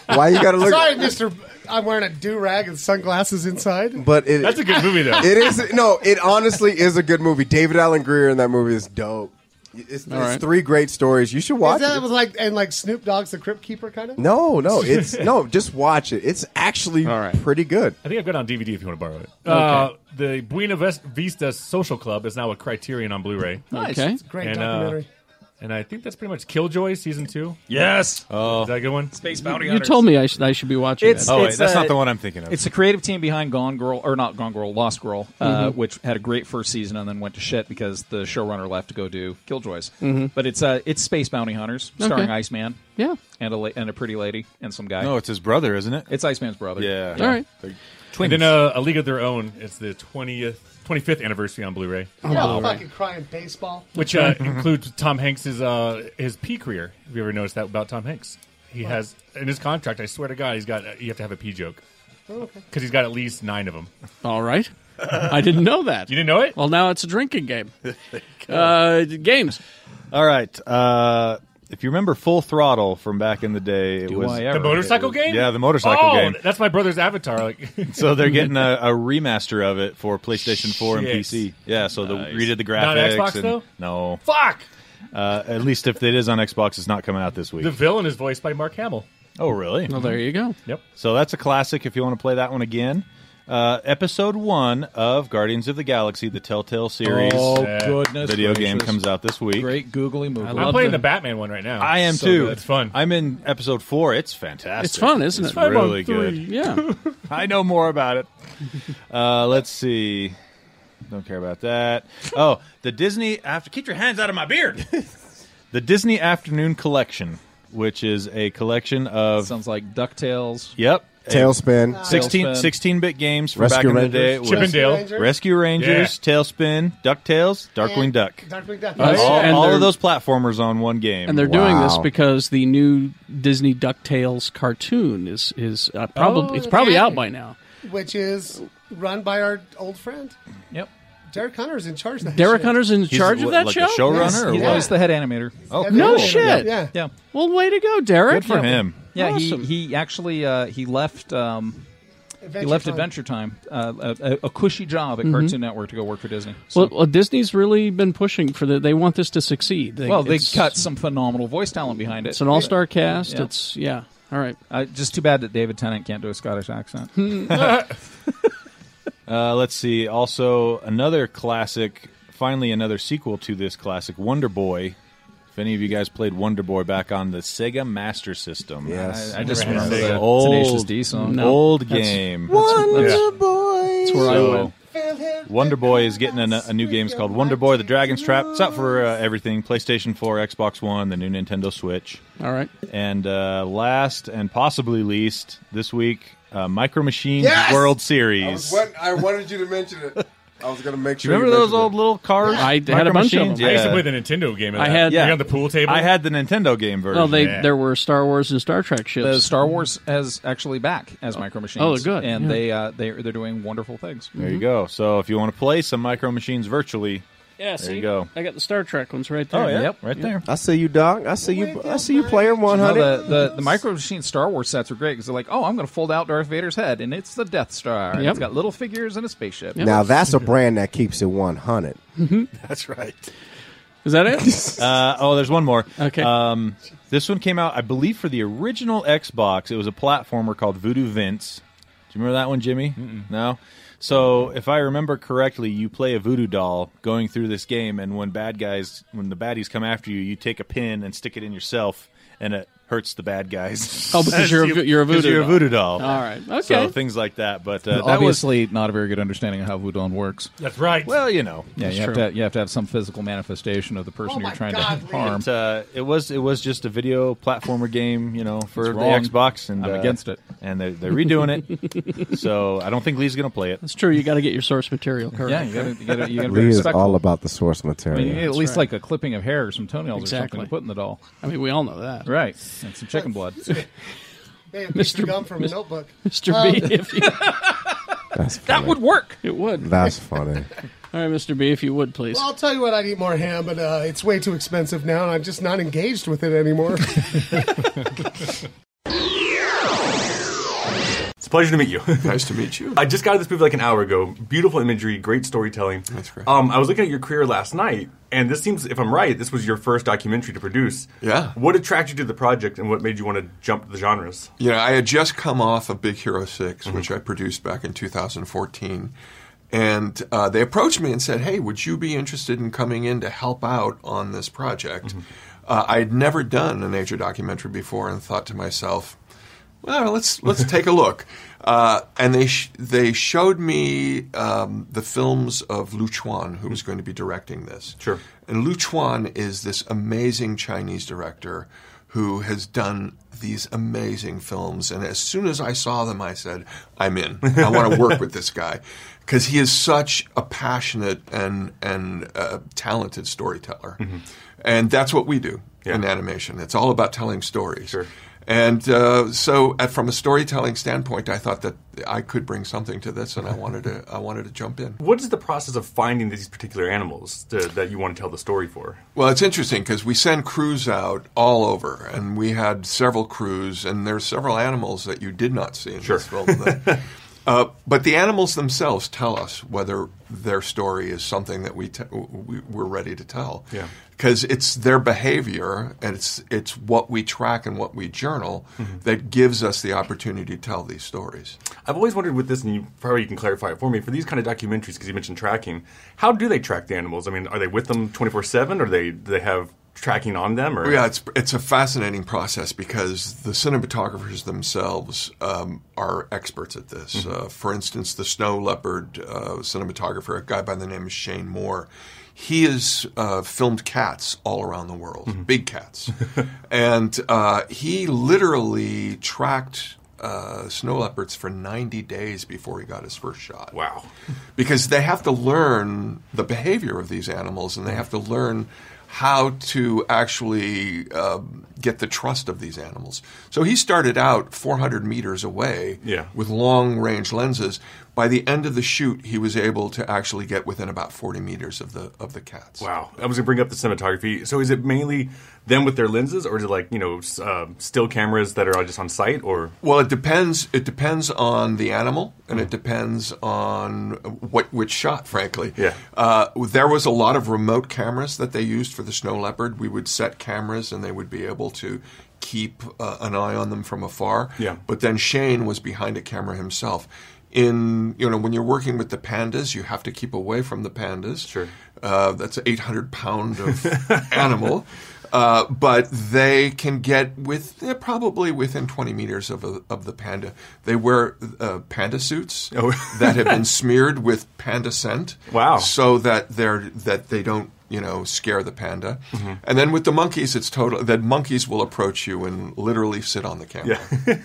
why you got to look. Sorry, Mister. I'm wearing a do rag and sunglasses inside. But it, That's a good movie, though. It is no. It honestly is a good movie. David Allen Greer in that movie is dope. It's, All it's right. three great stories. You should watch Is that it. was like and like Snoop Dogg's the Crypt Keeper kind of? No, no, it's no. Just watch it. It's actually pretty good. I think I've got it on DVD if you want to borrow it. Okay. Uh, the Buena Ves- Vista Social Club is now a Criterion on Blu-ray. Nice. Okay. It's a great and, uh, documentary. and I think that's pretty much Killjoy season two. Yes. Oh, is that a good one? Space You told me I should, I should be watching. It's, that. Oh, it's, uh, It's the creative team behind Gone Girl, or not Gone Girl, Lost Girl, uh, Mhm. which had a great first season and then went to shit because the showrunner left to go do Killjoys. Mm-hmm. Mhm. But it's uh, it's Space Bounty Hunters, starring Okay. Iceman, Yeah. and a la- and a pretty lady and some guy. No, it's his brother, isn't it? It's Iceman's brother. Yeah. Yeah. Twins. And then uh, A League of Their Own. It's the twentieth, twenty fifth anniversary on Blu-ray. You know, how fucking crying baseball. which uh, includes Tom Hanks's uh, his P career. Have you ever noticed that about Tom Hanks? He What? has in his contract. I swear to God, he's got. you have to have a P joke Oh, okay. because he's got at least nine of them. All right. I didn't know that. You didn't know it? Well, now it's a drinking game. uh, games. All right. Uh, if you remember Full Throttle from back in the day, it Do was I ever. The motorcycle it was- game? Yeah, the motorcycle Oh, game. That's my brother's avatar. Like, So they're getting a, a remaster of it for PlayStation 4 and Shit. PC. Yeah, so the redid the Not graphics. Xbox, and, though? No. Fuck! Uh, at least if it is on Xbox, it's not coming out this week. The villain is voiced by Mark Hamill. Oh, really? Well, there you go. Yep. So that's a classic if you want to play that one again. Uh, episode one of Guardians of the Galaxy, the Telltale series. Oh, goodness Video game gracious. comes out this week. Great googly movie. I'm playing the Batman one right now. I am So too. good. It's fun. I'm in episode four. It's fantastic. It's fun, isn't It's it? I'm on really three. good. Yeah. I know more about it. Uh, let's see. Don't care about that. Oh, the Disney after keep your hands out of my beard. the Disney Afternoon Collection, which is a collection of sounds like Ducktales. Yep. Tailspin. 16, Tailspin. 16-bit games from Rescue back Rangers. in the day. It was Chip and Dale. Rescue Rangers, Tailspin, DuckTales, Darkwing And Duck. Darkwing Duck. All, Nice. And all they're- of those platformers on one game. And they're doing this because the new Disney DuckTales cartoon is is uh, probably it's probably out by now. Which is run by our old friend. Yep. Derek Hunter's in charge of that. Derek shit. Hunter's in charge of that show. He's, he's the head animator. Oh, head no animator. shit. Yeah. Yeah. Well, way to go, Derek. Yeah. Yeah, Awesome. he he actually uh, he left um, he Adventure left Time. Adventure Time, uh, a, a cushy job at Mhm. Cartoon Network to go work for Disney. Well, well, Disney's really been pushing for the. They want this to succeed. They, well, they it's- cut some phenomenal voice talent behind it. It's an all-star cast. It's- yeah. All right. Uh, just too bad that David Tennant can't do a Scottish accent. Hmm. Uh, let's see. Also, another classic. Finally, another sequel to this classic, Wonder Boy. If any of you guys played Wonder Boy back on the Sega Master System, Yes. I- I just remember It's the an old, Tenacious D song. No, old that's- game. Wonder Boy. That's where I went. Wonder Boy is getting a, a new game. It's called Wonder Boy: The Dragon's Trap. It's out for uh, everything: PlayStation 4, Xbox One, the new Nintendo Switch. All right. And uh, last and possibly least, this week, uh, Micro Machines Yes! World I, Series. was wanting- I wanted you to mention it. I was going to make Do sure. you remember you those mentioned old little cars? I had a bunch of them. I used to play the Nintendo game. of I that. had- You got the pool table? I had the Nintendo game version. Well, they there were Star Wars and Star Trek ships. The Star Wars has actually back as Micro Machines. oh, good, And yeah. they uh, they they're doing wonderful things. There you go. So if you want to play some Micro Machines virtually, Yeah, there see, you go. I got the Star Trek ones right Oh, Oh, there. Yep. I see you, Doc. I see you. I see you, player one No, hundred. the, the the Micro Machines Star Wars sets are great because they're like, oh, I'm going to fold out Darth Vader's head, and it's the Death Star. and Yep. It's got little figures and a spaceship. Uh, Now that's a brand that keeps it one hundred. That's right. Is that it? uh, oh, there's one more. Okay. Um, this one came out, I believe, for the original Xbox. It was a platformer called Voodoo Vince. Do you remember that one, Jimmy? No. So, if I remember correctly, you play a voodoo doll going through this game, and when bad guys, when the baddies come after you, you take a pin and stick it in yourself, and it hurts the bad guys. Oh, because you're a vo- you're a 'Cause voodoo you're doll. voodoo doll. All right. So Okay. things like that. But uh, that was Obviously, not a very good understanding of how Voodoo works. That's right. Well, you know, Yeah, you have, to, you have to have some physical manifestation of the person you're trying to harm. It, uh, it was it was just a video platformer game, you know, for It's the wrong. Xbox, and I'm uh, against it. And they're, they're redoing it, so I don't think Lee's going to play it. That's true. You got to get your source material correct. Yeah, you gotta- you gotta- you gotta Lee is all about the source I mean, you material. need at least like a clipping of hair or some toenails or something Exactly. to put in the doll. I mean, we all know that. Right. And some chicken blood. Hey, a piece Mr. of gum from a Mis- notebook. Mr. Um, B, if you That's that would work. It would. That's funny. All right, Mr. B, if you would please. Well, I'll tell you what, I'd eat more ham, but uh, it's way too expensive now, and I'm just not engaged with it anymore. a pleasure to meet you. nice to meet you. I just got this movie like an hour ago. Beautiful imagery, great storytelling. That's great. Uh, Um, I was looking at your career last night, and this seems, if I'm right, this was your first documentary to produce. Yeah. What attracted you to the project, and what made you want to jump to the genres? You know, I had just come off of Big Hero 6, which I produced back in 2014. And uh, they approached me and said, hey, would you be interested in coming in to help out on this project? Uh, I'd never done a nature documentary before and thought to myself, well, let's let's take a look. Uh, and they sh- they showed me um, the films of Lu Chuan, who was going to be directing this. Sure. And Lu Chuan is this amazing Chinese director who has done these amazing films. And as soon as I saw them, I said, "I'm in. I want to work with this guy." Because he is such a passionate and and uh, talented storyteller, and that's what we do in animation. It's all about telling stories. And uh, so, uh, from a storytelling standpoint, I thought that I could bring something to this, and I wanted to. I wanted to jump in. What is the process of finding these particular animals to, that you want to tell the story for? Well, it's interesting because we send crews out all over, and we had several crews, and there's several animals that you did not see in this film. that- uh, but the animals themselves tell us whether their story is something that we te- we- we're ready to tell. Yeah. Because it's their behavior and it's it's what we track and what we journal Mhm. that gives us the opportunity to tell these stories. I've always wondered with this, and you probably can clarify it for me. For these kind of documentaries, because you mentioned tracking, how do they track the animals? I mean, are they with them twenty four seven, or they do they have tracking on them? Or Oh, Yeah, it's it's a fascinating process because the cinematographers themselves um, are experts at this. Mhm. Uh, for instance, the snow leopard uh, cinematographer, a guy by the name of Shane Moore, he has uh, filmed cats all around the world, big cats, and uh, he literally tracked. Uh, snow leopards for 90 days before he got his first shot. Wow. Because they have to learn the behavior of these animals and they have to learn how to actually um, get the trust of these animals. So he started out 400 meters away Yeah. with long range lenses. By the end of the shoot, he was able to actually get within about 40 meters of the of the cats. Wow, I was gonna bring up the cinematography. So is it mainly them with their lenses, or is it like you know s- uh, still cameras that are just on site, or Well, it depends. It depends on the animal, and Mm. it depends on what which shot. Frankly, Yeah. Uh, there was a lot of remote cameras that they used for the snow leopard. We would set cameras, and they would be able to keep uh, an eye on them from afar. Yeah. But then Shane was behind a camera himself. In you know, when you're working with the pandas, you have to keep away from the pandas. Sure. Uh, that's 800 pound of animal. Uh, but they can get with they're probably within 20 meters of, a, of the panda. They wear uh, panda suits Oh. that have been smeared with panda scent. Wow. So that they're that they don't you know scare the panda. Mhm. And then with the monkeys, it's total. That monkeys will approach you and literally sit on the camera.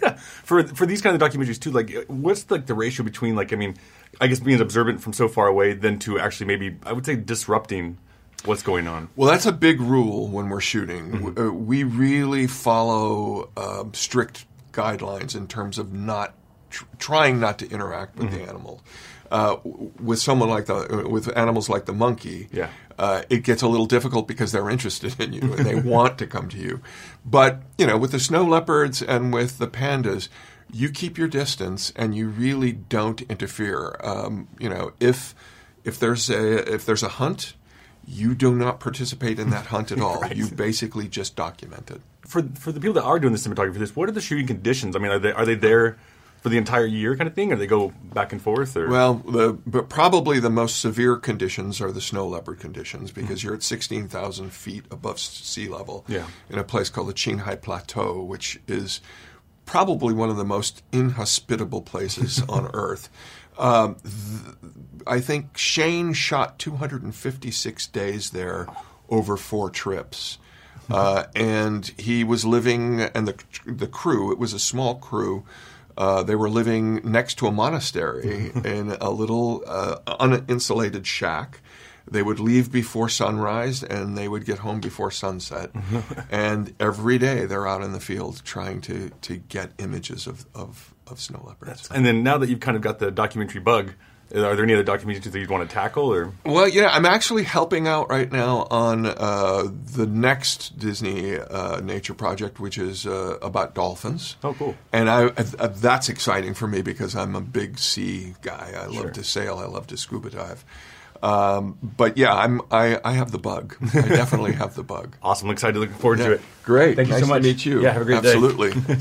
for for these kind of documentaries too? Like, what's like the ratio between like I mean, I guess being observant from so far away, then to actually maybe I would say disrupting what's going on. Well, that's a big rule when we're shooting. W- uh, We really follow um, strict guidelines in terms of not tr- trying not to interact with Mhm. the animal. Uh, w- with someone like the uh, with animals like the monkey, Yeah. uh, it gets a little difficult because they're interested in you and they want to come to you. But you know, with the snow leopards and with the pandas, you keep your distance and you really don't interfere. Um, you know, if if there's a if there's a hunt, you do not participate in that hunt at all. Right. You basically just document it. For for the people that are doing the cinematography, for this what are the shooting conditions? I mean, are they are they there for the entire year kind of thing, or they go back and forth? Or Well, the, but probably the most severe conditions are the snow leopard conditions because you're at 16,000 feet above s- sea level Yeah. in a place called the Qinghai Plateau, which is probably one of the most inhospitable places on Earth. Um, th- I think Shane shot 256 days there over four trips. Uh, and he was living, and the the crew. It was a small crew. Uh, they were living next to a monastery in a little uh, uninsulated shack. They would leave before sunrise, and they would get home before sunset. and every day, they're out in the field trying to to get images of of, of snow leopards. and then now that you've kind of got the documentary bug, Are there any other documentaries that you'd want to tackle? Or Well, yeah, I'm actually helping out right now on uh, the next Disney uh, nature project, which is uh, about dolphins. Oh, cool! And I, uh, that's exciting for me because I'm a big sea guy. I love Sure. to sail. I love to scuba dive. Um, but yeah, I'm I, I have the bug. I definitely have the bug. Awesome! Excited, looking forward to it. Great. Thank you Nice so much. To meet you. Yeah, have a great day. Absolutely.